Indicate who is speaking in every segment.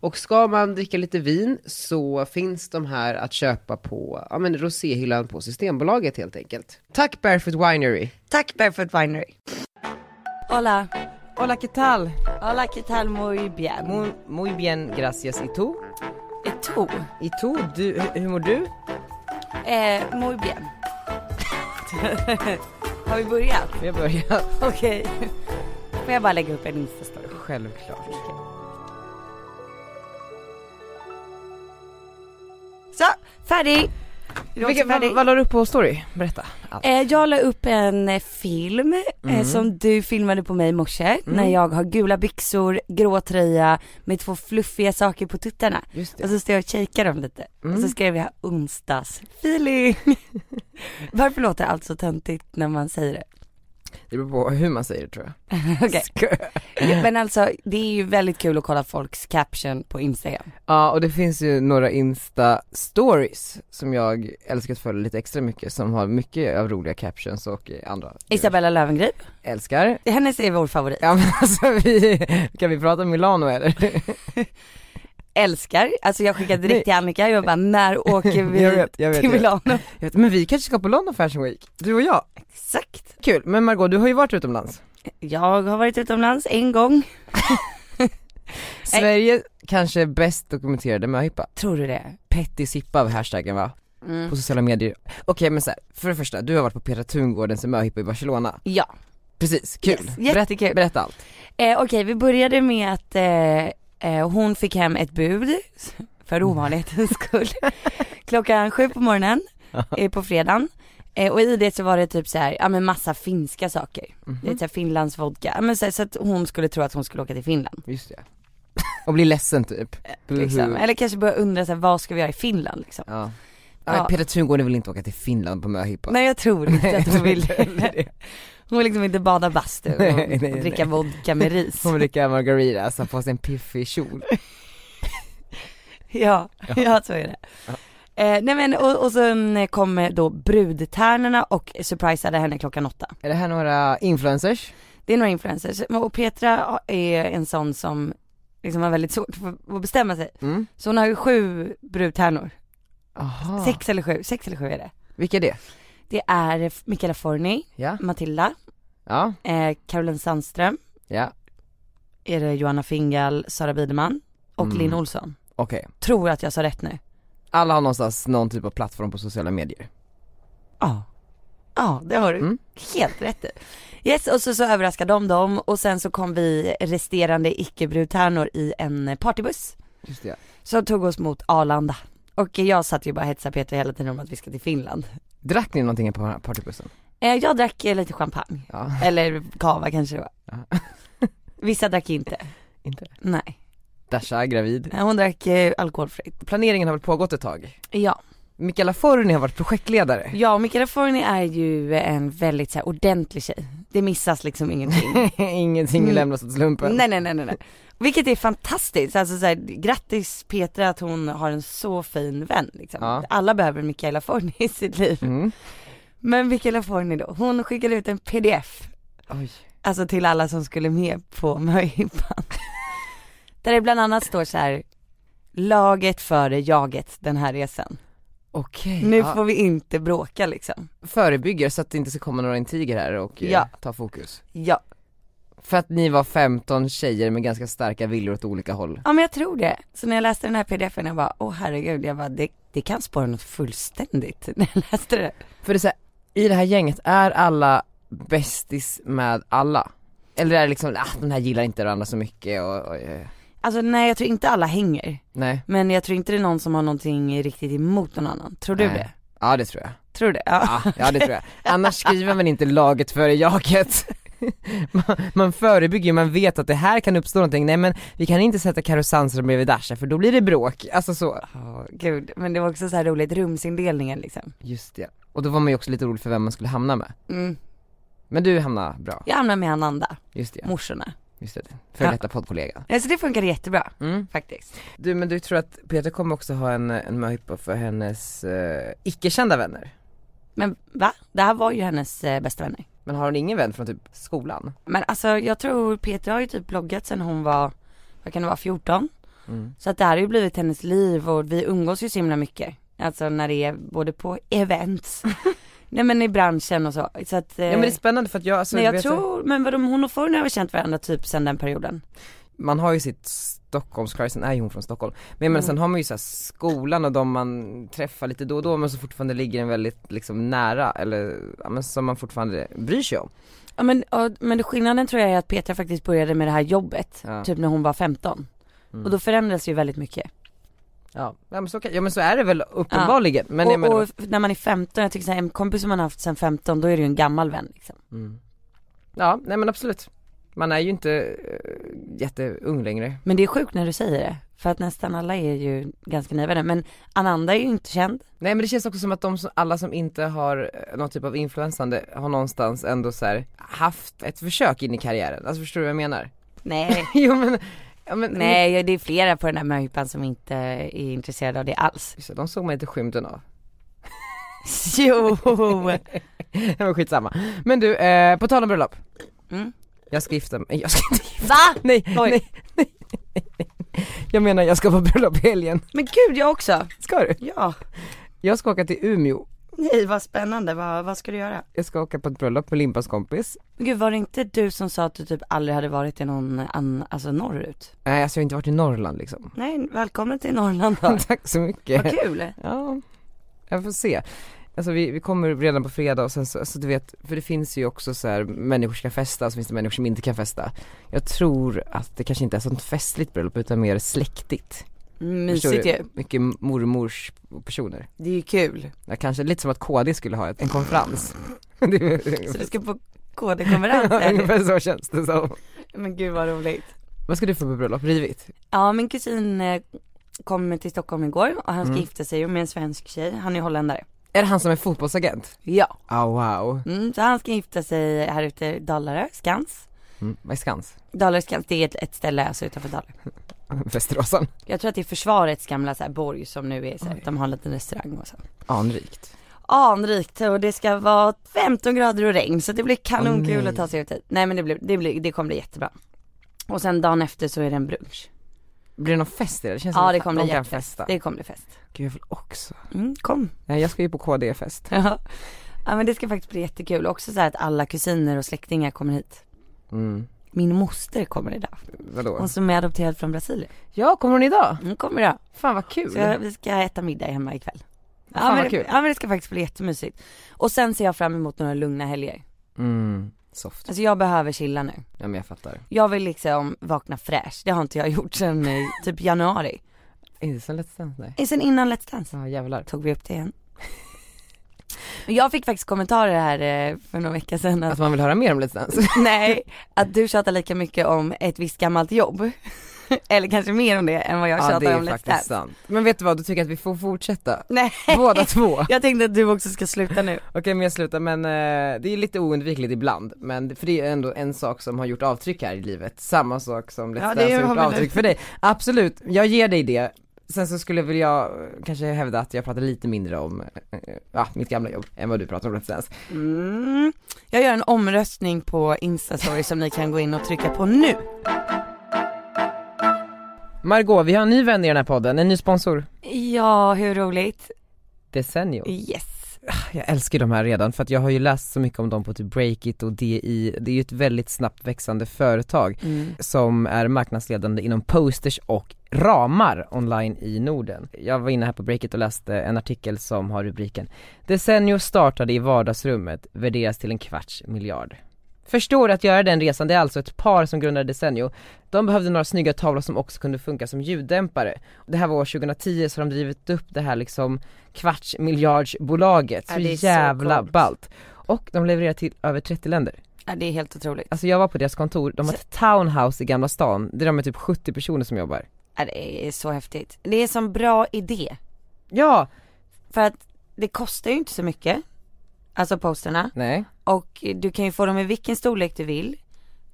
Speaker 1: Och ska man dricka lite vin så finns de här att köpa på ja, men roséhyllan på Systembolaget helt enkelt. Tack Barefoot Winery!
Speaker 2: Tack Barefoot Winery. Hola.
Speaker 1: Hola, ¿qué tal?
Speaker 2: Hola, qué tal muy eh, bien?
Speaker 1: Muy, muy bien, gracias. ¿Y tú?
Speaker 2: Eto.
Speaker 1: ¿Y tú? Du, hur, hur mår du?
Speaker 2: Eh, muy bien. har vi börjat?
Speaker 1: Jag börjar.
Speaker 2: Okej. Får jag bara lägga upp en instastory?
Speaker 1: Självklart.
Speaker 2: Så, färdig.
Speaker 3: Vilka, vad, vad la du upp på story? Berätta. Allt.
Speaker 2: Eh, jag la upp en eh, film
Speaker 1: Mm.
Speaker 2: eh, som du filmade på mig i morse när jag har gula byxor, grå tröja med två fluffiga saker på tuttarna.
Speaker 1: Just det. Mm.
Speaker 2: Och så står jag och kikar dem lite. Och så skrev jag onsdagsfeeling. Varför låter allt så töntigt när man säger det?
Speaker 1: Det beror på hur man säger det tror jag.
Speaker 2: Okej. Men alltså det är ju väldigt kul att kolla folks caption på Instagram.
Speaker 1: Ja, och det finns ju några Insta-stories som jag älskar att följa lite extra mycket, som har mycket av roliga captions och eh, andra.
Speaker 2: Isabella Löwengrip,
Speaker 1: Älskar.
Speaker 2: hennes är vår favorit.
Speaker 1: Ja men alltså vi, kan vi prata Milano eller?
Speaker 2: Älskar, alltså jag skickade direkt
Speaker 1: Nej.
Speaker 2: till Annika, jag bara när åker vi
Speaker 1: Jag vet, jag vet,
Speaker 2: till
Speaker 1: jag vet.
Speaker 2: Milano?
Speaker 1: Jag vet, men vi kanske ska på London Fashion Week, du och jag.
Speaker 2: Exakt.
Speaker 1: Kul, men Margot du har ju varit utomlands.
Speaker 2: Jag har varit utomlands en gång. Nej.
Speaker 1: Sverige kanske bäst dokumenterade möhippa.
Speaker 2: Tror du det?
Speaker 1: Petty Sippa var hashtaggen va? På sociala medier. Okej men så här, för det första, du har varit på Petra Tungårdens möhippa i Barcelona.
Speaker 2: Ja.
Speaker 1: Precis, kul.
Speaker 2: Yes,
Speaker 1: berätta,
Speaker 2: jättekul.
Speaker 1: berätta allt.
Speaker 2: Eh, Okej, vi började med att eh, eh, hon fick hem ett bud, för ovanlighetens skull, klockan sju på morgonen eh, på fredagen. Eh, och i det så var det typ så här, ja men massa finska saker.
Speaker 1: Mhm.
Speaker 2: Det är så här Finlands vodka, ja, men så, här, så att hon skulle tro att hon skulle åka till Finland.
Speaker 1: Just det. Och bli ledsen typ.
Speaker 2: Liksom.
Speaker 1: Buhu.
Speaker 2: Eller kanske börja undra så här, vad ska vi göra i Finland liksom?
Speaker 1: Ja.
Speaker 2: Ja.
Speaker 1: Nej, Petra Tungården vill inte åka till Finland på möhippa.
Speaker 2: Nej jag tror inte att hon vill,
Speaker 1: det.
Speaker 2: hon vill liksom inte bada bastu och,
Speaker 1: Nej, nej, nej.
Speaker 2: dricka vodka med ris.
Speaker 1: Hon vill dricka margarita, alltså på sig en piffig kjol.
Speaker 2: Ja, ja så är det. Eh, nej men och, och sen kom Eh, då brudtärnorna och surprisade henne klockan åtta.
Speaker 1: Är det här några influencers?
Speaker 2: Det är några influencers och Petra är en sån som liksom har väldigt svårt för att bestämma sig.
Speaker 1: Mm.
Speaker 2: Så hon har ju sju brudtärnor,
Speaker 1: Aha.
Speaker 2: sex eller sju, sex eller sju är det.
Speaker 1: Vilka är det?
Speaker 2: Det är Michaela Forni,
Speaker 1: Ja,
Speaker 2: Matilda,
Speaker 1: ja,
Speaker 2: eh, Caroline Sandström,
Speaker 1: ja,
Speaker 2: är det Johanna Fingal, Sara Biderman och
Speaker 1: Mm.
Speaker 2: Linn Olsson.
Speaker 1: okej.
Speaker 2: Tror att jag sa rätt nu?
Speaker 1: Alla har någonstans någon typ av plattform på sociala medier.
Speaker 2: Ja. Ja, det har du
Speaker 1: Mm.
Speaker 2: helt rätt i. Yes, och så, så överraskade de dem och sen så kom vi resterande icke-brudtärnor i en partybuss
Speaker 1: Just det.
Speaker 2: som tog oss mot Arlanda. Och jag satt ju bara och hetsade Peter hela tiden om att vi ska till Finland.
Speaker 1: Drack ni någonting på partybussen?
Speaker 2: Eh, jag drack eh, lite champagne,
Speaker 1: Ja.
Speaker 2: eller kava kanske det var.
Speaker 1: Ja.
Speaker 2: Vissa drack inte,
Speaker 1: Inte?
Speaker 2: nej.
Speaker 1: Dasha, gravid.
Speaker 2: Eh, Hon drack eh, alkoholfritt.
Speaker 1: Planeringen har väl pågått ett tag?
Speaker 2: Ja,
Speaker 1: Mikaela Forni har varit projektledare.
Speaker 2: jag och Michaela Forni är ju en väldigt så här, ordentlig tjej. Det missas liksom ingenting.
Speaker 1: Ingenting
Speaker 2: Mm.
Speaker 1: lämnas åt slumpen.
Speaker 2: Nej nej nej nej. nej. Vilket är fantastiskt, alltså så här, grattis Petra att hon har en så fin vän liksom.
Speaker 1: Ja.
Speaker 2: Alla behöver Michaela Forni i sitt liv.
Speaker 1: Mm.
Speaker 2: Men Michaela Forni då, hon skickade ut en pdf,
Speaker 1: Oj.
Speaker 2: alltså till alla som skulle med på möhippan. Där det bland annat står så här, laget före jaget den här resan.
Speaker 1: Okej.
Speaker 2: Nu
Speaker 1: Ja,
Speaker 2: får vi inte bråka liksom.
Speaker 1: Förebygger så att det inte ska komma några intriger här och eh,
Speaker 2: Ja.
Speaker 1: ta fokus.
Speaker 2: Ja,
Speaker 1: För att ni var 15 tjejer med ganska starka viljor åt olika håll.
Speaker 2: ja men jag tror det. Så när jag läste den här pdfen jag bara, åh herregud, jag bara, det, det kan spåra något fullständigt när jag läste det.
Speaker 1: För det är så här, i det här gänget är alla bästis med alla? Eller är det liksom, ah, den här gillar inte varandra så mycket och, och eh,
Speaker 2: Alltså nej jag tror inte alla hänger.
Speaker 1: nej.
Speaker 2: Men jag tror inte det är någon som har någonting riktigt emot någon annan. Tror du
Speaker 1: nej.
Speaker 2: det?
Speaker 1: Ja det tror jag.
Speaker 2: Tror du det? Ja.
Speaker 1: Ja, ja det tror jag. Annars skriver man inte laget före jaget. Man, man förebygger, man vet att det här kan uppstå någonting, nej men vi kan inte sätta Karosanser bredvid Dasha för då blir det bråk, alltså så.
Speaker 2: Åh, gud, men det var också så här roligt, rumsindelningen liksom.
Speaker 1: Just det. Och då var man ju också lite orolig för vem man skulle hamna med.
Speaker 2: Mm.
Speaker 1: Men du hamnade bra,
Speaker 2: Jag hamnade med Ananda,
Speaker 1: just det.
Speaker 2: morsorna.
Speaker 1: Just det. Före detta poddkollega.
Speaker 2: Alltså det funkade jättebra
Speaker 1: Mm.
Speaker 2: faktiskt.
Speaker 1: Du men du tror att Peter kommer också ha en, en möhippa för hennes eh, icke-kända vänner?
Speaker 2: Men va? Det här var ju hennes eh, bästa vänner.
Speaker 1: Men har hon ingen vän från typ skolan?
Speaker 2: Men alltså jag tror Peter har ju typ bloggat sen hon var, vad kan det vara, 14?
Speaker 1: Mm.
Speaker 2: Så att det här har ju blivit hennes liv och vi umgås ju så himla mycket. Alltså när det är både på events, nej men i branschen och så. så att, eh,
Speaker 1: Ja men det är spännande för att jag, alltså,
Speaker 2: nej jag
Speaker 1: vet-
Speaker 2: tror, men vadå hon och Fortune har väl känt varandra typ sen den perioden.
Speaker 1: man har ju sitt Stockholmskärlek, sen är ju hon från Stockholm. Men
Speaker 2: Mm.
Speaker 1: jag menar sen har man ju så här skolan och de man träffar lite då och då men som fortfarande ligger en väldigt liksom nära eller, ja, men som man fortfarande bryr sig om.
Speaker 2: Ja men, ja, men skillnaden tror jag är att Petra faktiskt började med det här jobbet,
Speaker 1: Ja. Mm.
Speaker 2: typ när hon var 15. Och då förändras ju väldigt mycket.
Speaker 1: Ja, ja, men, så kan, ja men så är det väl uppenbarligen. Men jag
Speaker 2: och,
Speaker 1: menar,
Speaker 2: och när man är 15, jag tycker så här, en kompis som man har haft sen 15, då är det ju en gammal vän liksom.
Speaker 1: ja nej men absolut. Man är ju inte eh, jätteung längre.
Speaker 2: Men det är sjukt när du säger det, för att nästan alla är ju ganska nya vänner. Men Ananda är ju inte känd.
Speaker 1: Nej men det känns också som att de som, alla som inte har eh, någon typ av influensande har någonstans ändå så här haft ett försök in i karriären. Alltså förstår du vad jag menar?
Speaker 2: Nej.
Speaker 1: jo men, ja, men
Speaker 2: Nej, det är flera på den här möhippan som inte är intresserade av det alls.
Speaker 1: Just det, de såg man inte skymten av.
Speaker 2: Jo!
Speaker 1: Det var skitsamma. Men du, eh, på tal om bröllop.
Speaker 2: Mm.
Speaker 1: Jag ska gifta mig, jag ska inte gifta
Speaker 2: Va?
Speaker 1: mig. Nej, nej,
Speaker 2: Oj.
Speaker 1: nej, nej. Jag menar jag ska på bröllop i helgen.
Speaker 2: Men gud, jag också!
Speaker 1: Ska du?
Speaker 2: Ja.
Speaker 1: Jag ska åka till Umeå.
Speaker 2: Nej, vad spännande. Vad, vad ska du göra?
Speaker 1: Jag ska åka på ett bröllop med Limpans kompis.
Speaker 2: Men gud, var det inte du som sa att du typ aldrig hade varit i någon annan, alltså norrut?
Speaker 1: Nej alltså jag har inte varit i Norrland liksom.
Speaker 2: Nej, välkommen till Norrland då.
Speaker 1: Tack så mycket.
Speaker 2: Vad kul!
Speaker 1: Ja, jag får se. Alltså vi, vi kommer redan på fredag och sen så, alltså du vet, för det finns ju också så här människor som kan festa och så finns det människor som inte kan festa. Jag tror att det kanske inte är sånt festligt bröllop utan mer släktigt. Förstår
Speaker 2: Mysigt
Speaker 1: du?
Speaker 2: ju.
Speaker 1: Mycket mormors personer.
Speaker 2: Det är ju kul.
Speaker 1: Ja, kanske lite som att KD skulle ha ett- en konferens. Det är-
Speaker 2: Så du ska på
Speaker 1: Ja,
Speaker 2: KD-konferens?
Speaker 1: Ungefär så känns det som.
Speaker 2: Men gud vad roligt.
Speaker 1: Vad ska du få på bröllop? Rivigt?
Speaker 2: Ja, min kusin eh, kom till Stockholm igår och han ska gifta sig med en svensk tjej, han är holländare.
Speaker 1: Är det han som är fotbollsagent?
Speaker 2: Ja.
Speaker 1: Ah wow.
Speaker 2: Mm, så han ska gifta sig här ute i Dalarö, Skans.
Speaker 1: Mm, vad är Skans?
Speaker 2: Dalarö, Skans, det är ett, ett ställe alltså utanför Dalarö.
Speaker 1: Västeråsan?
Speaker 2: Jag tror att det är försvarets gamla så här, borg som nu är så här, de har en liten restaurang och så.
Speaker 1: Anrikt.
Speaker 2: Anrikt och det ska vara 15 grader och regn så det blir
Speaker 1: Åh,
Speaker 2: kanonkul
Speaker 1: nej.
Speaker 2: att ta sig ut hit. Nej men det, blir, det, blir, det kommer bli jättebra. Och sen dagen efter så är det en brunch.
Speaker 1: Blir det någon fest i det? det känns som
Speaker 2: Ja
Speaker 1: att
Speaker 2: det kommer
Speaker 1: de
Speaker 2: bli
Speaker 1: kan
Speaker 2: jättefest.
Speaker 1: festa.
Speaker 2: Det kommer bli fest.
Speaker 1: Gud jag vill också.
Speaker 2: Mm, kom.
Speaker 1: Nej jag ska ju på KD-fest.
Speaker 2: Ja. ja men det ska faktiskt bli jättekul. Också så här att alla kusiner och släktingar kommer hit.
Speaker 1: Mm.
Speaker 2: Min moster kommer idag.
Speaker 1: Vadå?
Speaker 2: Hon som är adopterad från Brasilien.
Speaker 1: Ja, kommer hon idag?
Speaker 2: Hon kommer idag.
Speaker 1: Fan vad kul.
Speaker 2: Så jag- vi ska äta middag hemma ikväll. Ja,
Speaker 1: Fan,
Speaker 2: men,
Speaker 1: vad
Speaker 2: det-
Speaker 1: kul.
Speaker 2: ja men det ska faktiskt bli jättemysigt. Och sen ser jag fram emot några lugna helger.
Speaker 1: Mm, soft.
Speaker 2: Alltså jag behöver chilla nu.
Speaker 1: Ja men jag fattar.
Speaker 2: Jag vill liksom vakna fräsch. Det har inte jag gjort sen eh, typ januari.
Speaker 1: Inte sen Let's Dance, nej.
Speaker 2: Eh, Sen innan Let's Dance.
Speaker 1: Ja jävlar.
Speaker 2: Tog vi upp det igen. Jag fick faktiskt kommentarer här eh, för några veckor sedan att
Speaker 1: Att man vill höra mer om Let's Dance.
Speaker 2: Nej, att du tjatar lika mycket om ett visst gammalt jobb. Eller kanske mer om det än vad jag
Speaker 1: ja
Speaker 2: tjatar
Speaker 1: det är
Speaker 2: om Let's
Speaker 1: faktiskt
Speaker 2: Dance.
Speaker 1: sant. Men vet du vad, du tycker jag att vi får fortsätta.
Speaker 2: Nej,
Speaker 1: Båda två. Okej
Speaker 2: jag tänkte att du också ska sluta nu.
Speaker 1: men jag slutar men eh, det är lite oundvikligt ibland. Men för det är ändå en sak som har gjort avtryck här i livet. Samma sak som Let's
Speaker 2: Ja, det
Speaker 1: Dance har gjort
Speaker 2: har vi nu.
Speaker 1: avtryck för dig. Absolut, jag ger dig det. Sen så skulle väl jag eh, kanske hävda att jag pratar lite mindre om eh, eh, ja, mitt gamla jobb än vad du pratar om Let's Dance.
Speaker 2: Mm. Jag gör en omröstning på Instastory som ni kan gå in och trycka på nu.
Speaker 1: Margot, vi har en ny vän i den här podden, en ny sponsor.
Speaker 2: Ja, hur roligt.
Speaker 1: Desenio.
Speaker 2: Yes.
Speaker 1: jag älskar ju de här redan för att jag har ju läst så mycket om dem på typ Breakit och DI, det är ju ett väldigt snabbt växande företag
Speaker 2: Mm.
Speaker 1: som är marknadsledande inom posters och ramar online i Norden. Jag var inne här på Breakit och läste en artikel som har rubriken Desenio startade i vardagsrummet, värderas till en kvarts miljard. Förstår att göra den resan, det är alltså ett par som grundade Desenio. De behövde några snygga tavlor som också kunde funka som ljuddämpare. Det här var år 2010 så har de drivit upp det här liksom kvartsmiljardsbolaget,
Speaker 2: Ja,
Speaker 1: så
Speaker 2: det är så
Speaker 1: jävla
Speaker 2: coolt.
Speaker 1: ballt. Och de levererar till över 30 länder.
Speaker 2: Ja, det är helt otroligt.
Speaker 1: Alltså jag var på deras kontor, de har ett townhouse i Gamla stan, där de är typ 70 personer som jobbar.
Speaker 2: Ja, det är så häftigt. Det är en sån bra idé.
Speaker 1: Ja!
Speaker 2: För att det kostar ju inte så mycket. Alltså posterna.
Speaker 1: Nej.
Speaker 2: Och du kan ju få dem i vilken storlek du vill.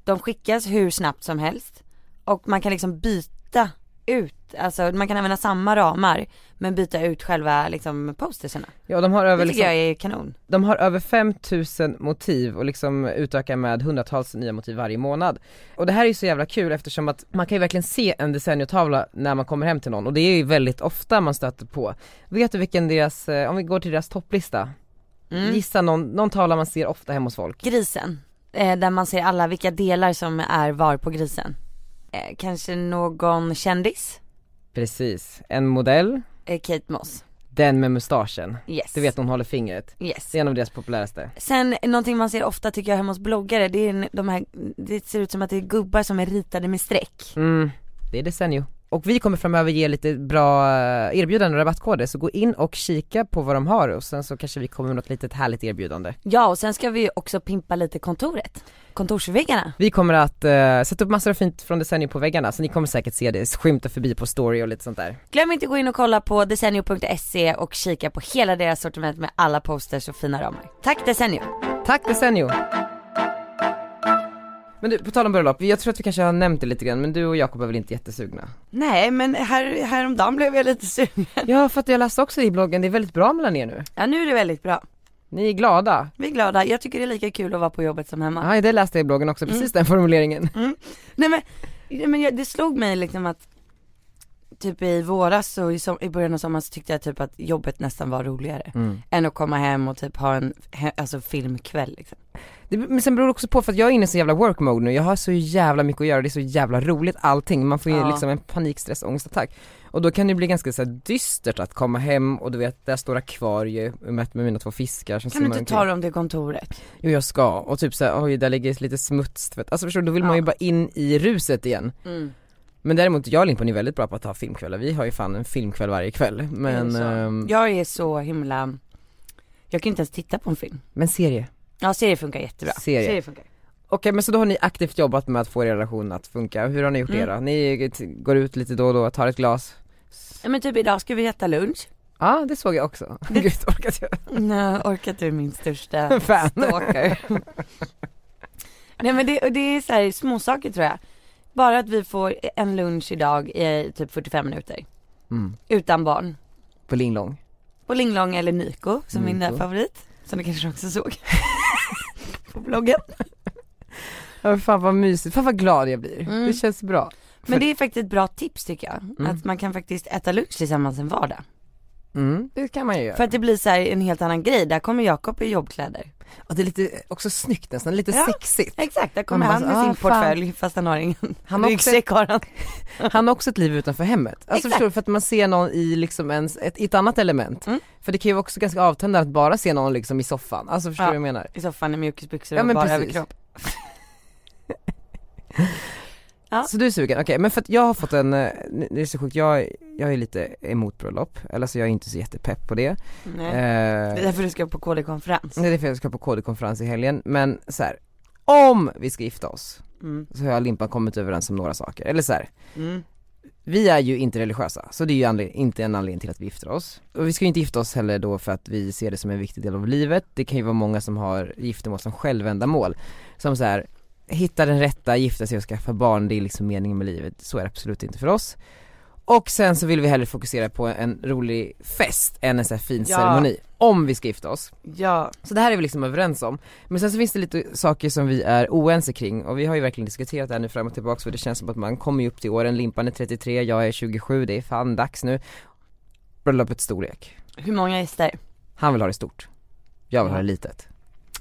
Speaker 2: De skickas hur snabbt som helst. Och man kan liksom byta ut, alltså man kan använda samma ramar men byta ut själva liksom posterserna.
Speaker 1: Ja de har
Speaker 2: Det
Speaker 1: över
Speaker 2: tycker
Speaker 1: liksom,
Speaker 2: jag är kanon.
Speaker 1: de har över 5000 motiv och liksom utökar med hundratals nya motiv varje månad. Och det här är ju så jävla kul eftersom att man kan ju verkligen se en decenniotavla när man kommer hem till någon och det är ju väldigt ofta man stöter på. Vet du vilken deras, eh, om vi går till deras topplista,
Speaker 2: Mm.
Speaker 1: gissa någon, någon tavla man ser ofta hemma hos folk.
Speaker 2: Grisen, eh, där man ser alla vilka delar som är var på grisen. Eh, kanske någon kändis?
Speaker 1: Precis, en modell,
Speaker 2: Eh, Kate Moss.
Speaker 1: den med mustaschen.
Speaker 2: Yes.
Speaker 1: Du vet hon håller fingret.
Speaker 2: Yes.
Speaker 1: Det är en av deras populäraste.
Speaker 2: Sen någonting man ser ofta tycker jag hemma hos bloggare, det är n- de här, det ser ut som att det är gubbar som är ritade med streck.
Speaker 1: Mm, det är Desenio. Och vi kommer framöver ge lite bra eh, erbjudanden och rabattkoder, så gå in och kika på vad de har och sen så kanske vi kommer med något litet härligt erbjudande.
Speaker 2: Ja och sen ska vi ju också pimpa lite kontoret, kontorsväggarna.
Speaker 1: Vi kommer att eh, sätta upp massor av fint från Desenio på väggarna, så ni kommer säkert se det skymta förbi på story och lite sånt där.
Speaker 2: Glöm inte att gå in och kolla på desenio.se och kika på hela deras sortiment med alla posters och fina ramar. Tack Desenio!
Speaker 1: Tack Desenio! Men du, på tal om bröllop, jag tror att vi kanske har nämnt det lite grann, men du och Jakob är väl inte jättesugna?
Speaker 2: Nej men här, häromdagen blev jag lite sugen.
Speaker 1: Ja, för att jag läste också i bloggen, det är väldigt bra mellan er nu.
Speaker 2: Ja nu är det väldigt bra.
Speaker 1: Ni är glada.
Speaker 2: Vi är glada, jag tycker det är lika kul att vara på jobbet som hemma.
Speaker 1: Ja, det läste jag i bloggen också, precis den formuleringen.
Speaker 2: Nej men, nej, men jag, det slog mig liksom att Typ i våras och i, som, i början av sommaren så tyckte jag typ att jobbet nästan var roligare
Speaker 1: Mm.
Speaker 2: Än att komma hem och typ ha en he, alltså filmkväll liksom.
Speaker 1: Det, men sen beror det också på för att jag är inne i så jävla work mode nu, jag har så jävla mycket att göra, det är så jävla roligt allting, man får ju
Speaker 2: Ja.
Speaker 1: liksom en panikstress och ångestattack. Och då kan det bli ganska så här dystert att komma hem och du vet, där står akvarie med, med mina två fiskar som
Speaker 2: Kan du
Speaker 1: simmar
Speaker 2: inte ta dem till kontoret?
Speaker 1: Jo jag ska, och typ såhär, oj där ligger lite smuts, tvätt. alltså förstår du, då vill man
Speaker 2: Ja.
Speaker 1: ju bara in i ruset igen.
Speaker 2: Mm.
Speaker 1: Men däremot, jag och Limpan är väldigt bra på att ha filmkvällar, vi har ju fan en filmkväll varje kväll. Men,
Speaker 2: så?
Speaker 1: ehm,
Speaker 2: Jag är så himla, jag kan inte ens titta på en film
Speaker 1: men serie.
Speaker 2: Ja serier funkar jättebra
Speaker 1: Serier.
Speaker 2: funkar
Speaker 1: Okej men så då har ni aktivt jobbat med att få er relation att funka, hur har ni gjort det då? Ni t- går ut lite då och då, tar ett glas?
Speaker 2: ja, men typ idag ska vi äta lunch
Speaker 1: Ja det såg jag också, gud orkat jag
Speaker 2: Nej, Mm, orkar du min största
Speaker 1: fan
Speaker 2: stalker Nej men det, och det är så här småsaker tror jag. Bara att vi får en lunch idag i typ 45 minuter.
Speaker 1: Mm.
Speaker 2: Utan barn.
Speaker 1: På Linglong
Speaker 2: På Linglong eller Nyko som min
Speaker 1: Nyko.
Speaker 2: favorit. Som du kanske också såg. på bloggen.
Speaker 1: ja, Fan vad mysigt, fan vad glad jag blir,
Speaker 2: Mm.
Speaker 1: det känns bra
Speaker 2: Men det är faktiskt ett bra tips tycker jag.
Speaker 1: Mm.
Speaker 2: Att man kan faktiskt äta lunch tillsammans en vardag.
Speaker 1: mm. Det kan man ju göra,
Speaker 2: För att det blir så här en helt annan grej. Där kommer Jakob i jobbkläder.
Speaker 1: och det är lite, också snyggt nästan, lite
Speaker 2: Ja.
Speaker 1: sexigt
Speaker 2: Exakt, där kommer
Speaker 1: Man
Speaker 2: han
Speaker 1: bara
Speaker 2: med
Speaker 1: så,
Speaker 2: sin
Speaker 1: "Ah, fan."
Speaker 2: portfölj fast han har ingen
Speaker 1: Han har också-
Speaker 2: ryggsäck har han.
Speaker 1: Han har också ett liv utanför hemmet, alltså
Speaker 2: Exakt.
Speaker 1: förstår du, för att man ser någon i liksom ens, ett, i ett annat element
Speaker 2: Mm.
Speaker 1: För det kan ju vara också ganska avtändande att bara se någon liksom i soffan, alltså förstår
Speaker 2: Ja.
Speaker 1: du vad jag menar?
Speaker 2: I soffan i mjukisbyxor
Speaker 1: Ja,
Speaker 2: och
Speaker 1: men
Speaker 2: bara
Speaker 1: precis.
Speaker 2: överkropp. Ja.
Speaker 1: Så du är sugen, okej men för att jag har fått en, eh, det är så sjukt, jag, jag är lite emot bröllop, eller så jag är inte så jättepepp på det
Speaker 2: Nej.
Speaker 1: Eh,
Speaker 2: Det är därför du ska på KD-konferens.
Speaker 1: Nej det är för jag ska på KD-konferens i helgen, men så här. om vi ska gifta oss
Speaker 2: Mm.
Speaker 1: så har jag och Limpan kommit överens om några saker, eller så här.
Speaker 2: Mm.
Speaker 1: vi är ju inte religiösa, så det är ju anled- inte en anledning till att vi gifter oss. Och vi ska ju inte gifta oss heller då för att vi ser det som en viktig del av livet, det kan ju vara många som har giftermål som självändamål, som så här hitta den rätta, gifta sig och skaffa barn, det är liksom meningen med livet, så är det absolut inte för oss. Och sen så vill vi hellre fokusera på en rolig fest än en så här fin
Speaker 2: Ja.
Speaker 1: ceremoni, om vi ska gifta oss.
Speaker 2: Ja,
Speaker 1: Så det här är vi liksom överens om. Men sen så finns det lite saker som vi är oense kring och vi har ju verkligen diskuterat det här nu fram och tillbaka för det känns som att man kommer ju upp till åren, Limpan är 33, jag är 27, det är fan dags nu. Bröllopets storlek.
Speaker 2: hur många gäster?
Speaker 1: Han vill ha det stort. Jag vill ha det litet.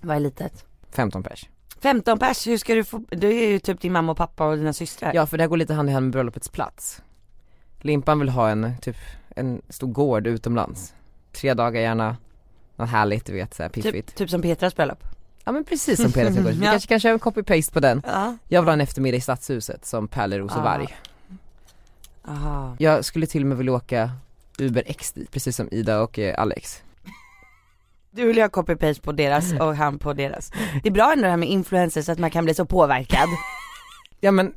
Speaker 2: Vad är litet?
Speaker 1: 15 pers.
Speaker 2: 15 pers, hur ska du få, det är ju typ din mamma och pappa och dina systrar.
Speaker 1: Ja för det här går lite hand i hand med bröllopets plats. Limpan vill ha en, typ, en stor gård utomlands. Tre dagar gärna, något härligt du vet såhär piffigt.
Speaker 2: typ, typ som Petras bröllop.
Speaker 1: Ja men precis som Peder Trädgård, vi
Speaker 2: Ja.
Speaker 1: kanske kan köra en copy-paste på den.
Speaker 2: Ja.
Speaker 1: Jag vill ha en eftermiddag i stadshuset som pärleros och
Speaker 2: Ah.
Speaker 1: varg.
Speaker 2: Aha.
Speaker 1: Jag skulle till och med vilja åka Uber X dit, precis som Ida och eh, Alex.
Speaker 2: Du vill göra copy-paste på deras och han på deras. Det är bra ändå det här med influencers, att man kan bli så påverkad.
Speaker 1: Ja men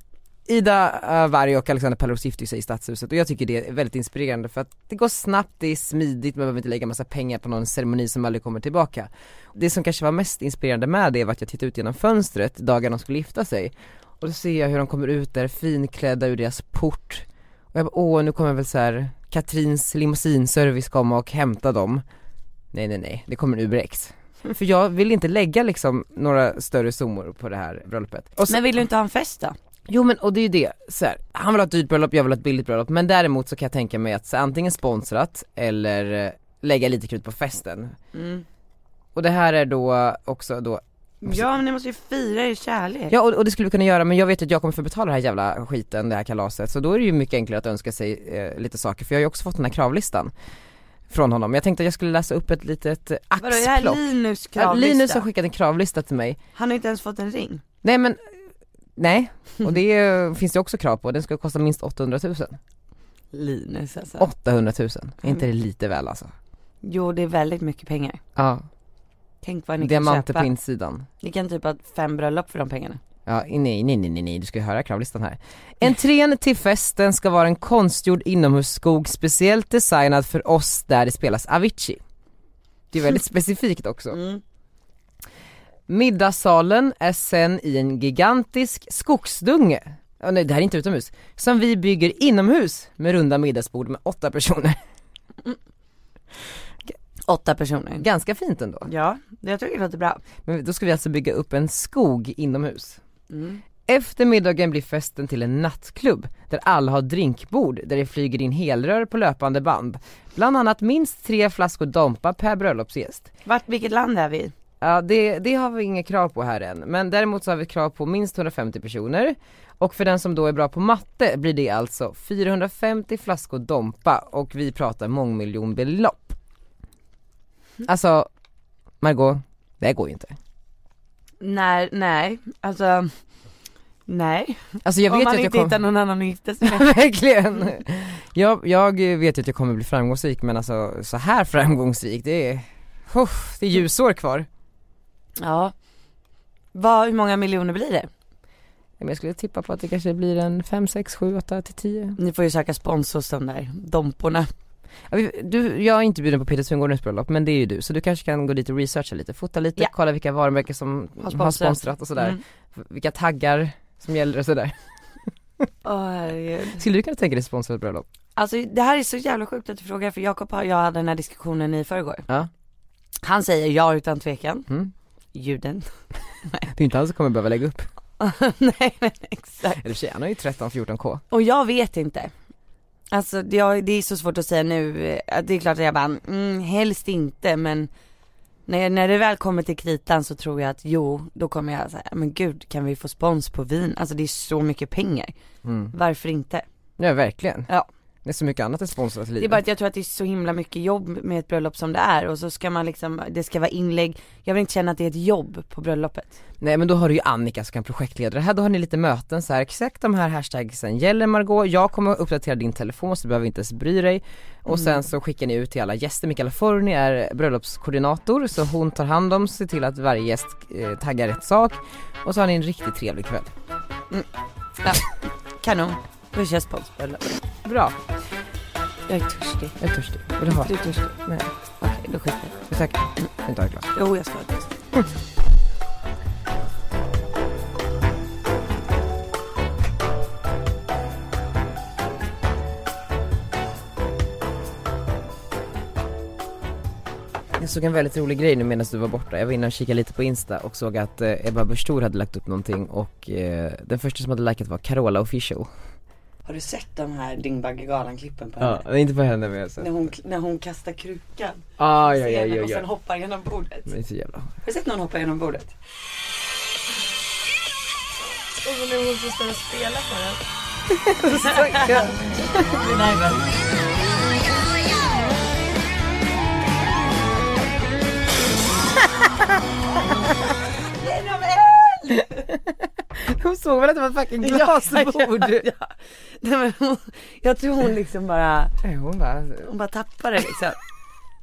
Speaker 1: Ida eh, Varg och Alexander Pärleros gifte sig i Stadshuset och jag tycker det är väldigt inspirerande för att det går snabbt, det är smidigt, man behöver inte lägga massa pengar på någon ceremoni som aldrig kommer tillbaka. Det som kanske var mest inspirerande med det var att jag tittade ut genom fönstret dagen de skulle gifta sig och då ser jag hur de kommer ut där finklädda ur deras port och jag bara åh nu kommer väl så här Katrins limousinservice komma och hämta dem. Nej nej nej, det kommer en Uber X. För jag vill inte lägga liksom några större summor på det här bröllopet. Och så-
Speaker 2: Men vill du inte ha en fest då?
Speaker 1: Jo men och det är ju det, så här, han vill ha ett dyrt bröllop, jag vill ha ett billigt bröllop men däremot så kan jag tänka mig att så, antingen sponsrat eller eh, lägga lite krut på festen.
Speaker 2: Mm.
Speaker 1: Och det här är då också då,
Speaker 2: Ja men ni måste ju fira er kärlek.
Speaker 1: ja och, och det skulle vi kunna göra men jag vet ju att jag kommer få betala den här jävla skiten, det här kalaset så då är det ju mycket enklare att önska sig eh, lite saker för jag har ju också fått den här kravlistan från honom. Jag tänkte att jag skulle läsa upp ett litet eh,
Speaker 2: Vadå är det här
Speaker 1: axplock.
Speaker 2: Linus
Speaker 1: Ja,
Speaker 2: kravlista?
Speaker 1: Linus har skickat en kravlista till mig
Speaker 2: Han har inte ens fått en ring.
Speaker 1: Nej men, nej. Och det är, finns det också krav på, den ska kosta minst 800 000.
Speaker 2: Linus alltså.
Speaker 1: 800 000, är inte det
Speaker 2: Mm.
Speaker 1: lite väl alltså?
Speaker 2: Jo det är väldigt mycket pengar.
Speaker 1: Ja,
Speaker 2: Tänk vad ni kan
Speaker 1: diamanter
Speaker 2: köpa.
Speaker 1: på insidan.
Speaker 2: Ni kan typ ha fem bröllop för de pengarna.
Speaker 1: Ja, nej, nej, nej, nej, nej, du ska ju höra kravlistan här. Entrén till festen ska vara en konstgjord inomhusskog speciellt designad för oss där det spelas Avicii. Det är väldigt specifikt också.
Speaker 2: Mm.
Speaker 1: Middagssalen är sen i en gigantisk skogsdunge, oh, nej det här är inte utomhus, som vi bygger inomhus med runda middagsbord med åtta personer.
Speaker 2: Åtta personer.
Speaker 1: Ganska fint ändå.
Speaker 2: Ja, jag tycker det låter bra.
Speaker 1: Men då ska vi alltså bygga upp en skog inomhus.
Speaker 2: Mm.
Speaker 1: Efter middagen blir festen till en nattklubb där alla har drinkbord där det flyger in helrör på löpande band. Bland annat minst tre flaskor Dompa per bröllopsgäst.
Speaker 2: Vart, vilket land är vi i?
Speaker 1: Ja, det, det har vi inga krav på här än, men däremot så har vi krav på minst 150 personer och för den som då är bra på matte blir det alltså 450 flaskor Dompa och vi pratar mångmiljonbelopp.
Speaker 2: Mm.
Speaker 1: Alltså, Margot, det här går ju inte.
Speaker 2: Nej, nej, alltså Nej,
Speaker 1: Alltså jag
Speaker 2: om
Speaker 1: vet ju
Speaker 2: man
Speaker 1: att
Speaker 2: inte
Speaker 1: jag kommer...
Speaker 2: hittar någon annan att gifta sig med.
Speaker 1: Verkligen! Jag, jag vet ju att jag kommer bli framgångsrik men alltså så här framgångsrik det är, Uff, det är ljusår kvar.
Speaker 2: Ja Vad, hur många miljoner blir det?
Speaker 1: Men jag skulle tippa på att det kanske blir en 5, 6, 7, 8 till 10.
Speaker 2: Ni får ju söka spons hos de där domporna
Speaker 1: Du, jag är inte bjuden på Peter Tungårdens bröllop men det är ju du så du kanske kan gå dit och researcha lite, fota lite,
Speaker 2: Ja.
Speaker 1: kolla vilka varumärken som har sponsrat, och sådär.
Speaker 2: Mm.
Speaker 1: Vilka taggar som gäller och sådär.
Speaker 2: Åh, herregud.
Speaker 1: Skulle du kunna tänka dig sponsra ett bröllop?
Speaker 2: Alltså det här är så jävla sjukt att du frågar för Jakob och jag hade den här diskussionen i förrgår
Speaker 1: Ja.
Speaker 2: Han säger ja utan tvekan
Speaker 1: Mm.
Speaker 2: Juden
Speaker 1: Det är inte han som kommer behöva lägga upp.
Speaker 2: Nej men exakt
Speaker 1: Eller tjej, han har ju 13-14k.
Speaker 2: Och jag vet inte. Alltså det, jag, det är så svårt att säga nu, Eh, det är klart att jag bara, mm, helst inte men när, när det väl kommer till kritan så tror jag att jo, då kommer jag säga, men gud kan vi få spons på vin? Alltså det är så mycket pengar,
Speaker 1: Mm.
Speaker 2: varför inte?
Speaker 1: Ja verkligen.
Speaker 2: Ja.
Speaker 1: Det är så mycket annat än sponsrat i livet.
Speaker 2: Det är bara att jag tror att det är så himla mycket jobb med ett bröllop som det är och så ska man liksom, det ska vara inlägg, jag vill inte känna att det är ett jobb på bröllopet.
Speaker 1: Nej men då har du ju Annika som kan projektleda det här, då har ni lite möten så här. exakt de här hashtagsen gäller Margot, jag kommer att uppdatera din telefon så du behöver inte ens bry dig.
Speaker 2: Mm.
Speaker 1: Och sen så skickar ni ut till alla gäster, Mikaela Forni är bröllopskoordinator så hon tar hand om, ser till att varje gäst eh, taggar rätt sak och så har ni en riktigt trevlig kväll.
Speaker 2: Kanon, då kör jag sponsbröllop.
Speaker 1: Bra,
Speaker 2: Jag är törstig.
Speaker 1: jag är törstig. Vill du ha?
Speaker 2: Du är törstig?
Speaker 1: Nej.
Speaker 2: Okej, då skiter jag i det.
Speaker 1: Är du säker? Mm. Jag tar ett glas.
Speaker 2: Jo, jag ska ha det.
Speaker 1: Jag såg en väldigt rolig grej nu medan du var borta, jag var inne och kikade lite på Insta och såg att eh, Ebba Busch Thor hade lagt upp någonting och eh, den första som hade likat var Carola official
Speaker 2: Har du sett de här Dyngbaggegalan-klippen på
Speaker 4: Ja,
Speaker 2: henne?
Speaker 4: nej, inte på henne men jag har sett.
Speaker 2: När hon, när hon kastar krukan
Speaker 4: Ah, ja, ja,
Speaker 2: scenen
Speaker 4: ja,
Speaker 2: och sen
Speaker 4: ja.
Speaker 2: hoppar genom bordet.
Speaker 4: Men så jävla.
Speaker 2: Har du sett någon hoppa genom bordet?
Speaker 1: Hon såg väl att det var ett fucking glasbord?
Speaker 2: ja. Nej, men hon, jag tror hon liksom bara,
Speaker 1: Hon bara,
Speaker 2: hon bara tappar det liksom.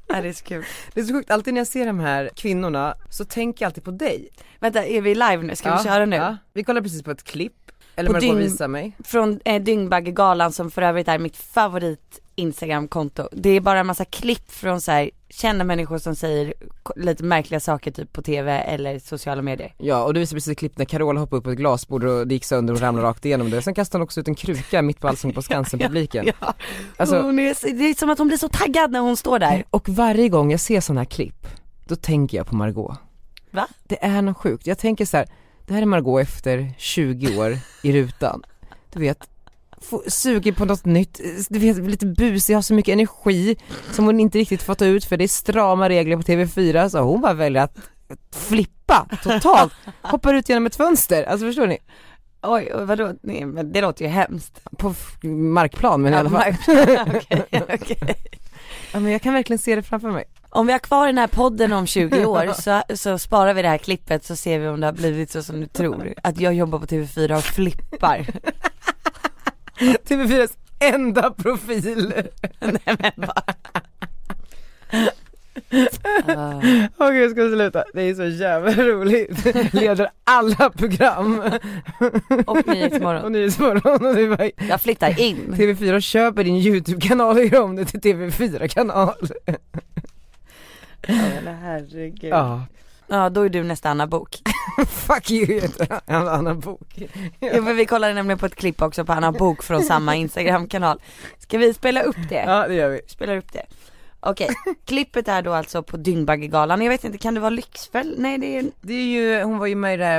Speaker 2: Nej, det är så kul.
Speaker 1: det är så sjukt, alltid när jag ser de här kvinnorna så tänker jag alltid på dig.
Speaker 2: Vänta, är vi live nu? Ska vi köra nu?
Speaker 1: Ja. Vi kollar precis på ett klipp, eller
Speaker 2: På
Speaker 1: Margot
Speaker 2: din-
Speaker 1: visar mig.
Speaker 2: Från eh, Dyngbaggegalan som för övrigt är mitt favorit Instagram-konto. Det är bara en massa klipp från så här, kända människor som säger k- lite märkliga saker typ på tv eller sociala medier.
Speaker 1: Ja och du visade precis ett klipp när Carola hoppade upp på ett glasbord och det gick sönder och ramlade rakt igenom det. Sen kastade hon också ut en kruka mitt på Allsång på Skansen publiken.
Speaker 2: Ja.
Speaker 1: Alltså,
Speaker 2: Hon är, så- det är som att hon blir så taggad när hon står där.
Speaker 1: och varje gång jag ser sådana här klipp, då tänker jag på Margot.
Speaker 2: Va?
Speaker 1: Det är något sjukt, jag tänker så här: det här är Margot efter 20 år i rutan. Du vet, få- suger på något nytt, du vet lite busig, har så mycket energi som hon inte riktigt fått ut för det är strama regler på TV4 så hon bara väljer att flippa totalt, hoppar ut genom ett fönster, alltså förstår ni?
Speaker 2: Oj, oj, vadå? Nej, men det låter ju hemskt.
Speaker 1: På f- markplan men i alla fall.
Speaker 2: Okej, okej.
Speaker 1: Ja, men jag kan verkligen se det framför mig.
Speaker 2: Om vi har kvar den här podden om 20 år så, så sparar vi det här klippet så ser vi om det har blivit så som du tror. Att jag jobbar på TV4 och flippar.
Speaker 1: TV4s enda profil.
Speaker 2: Nej men bara. Ah.
Speaker 1: Åh gud jag ska sluta, det är så jävla roligt. Leder alla program.
Speaker 2: Och Nyhetsmorgon.
Speaker 1: Och Nyhetsmorgon och det är bara,
Speaker 2: Jag flyttar in.
Speaker 1: TV4 köper din YouTube-kanal och gör om det till TV4-kanal.
Speaker 2: Herregud. Ja.
Speaker 1: Ja,
Speaker 2: då är du nästa Anna Bok.
Speaker 1: fuck you heter en annan bok.
Speaker 2: Jo för vi kollade nämligen på ett klipp också på Anna Bok från samma Instagram-kanal. Ska vi spela upp det?
Speaker 1: Ja det gör vi.
Speaker 2: spelar upp det. Okej, klippet är då alltså på Dyngbaggegalan. Jag vet inte, kan det vara Lyxfäll? Nej det är
Speaker 1: Det är ju, hon var ju med i det här,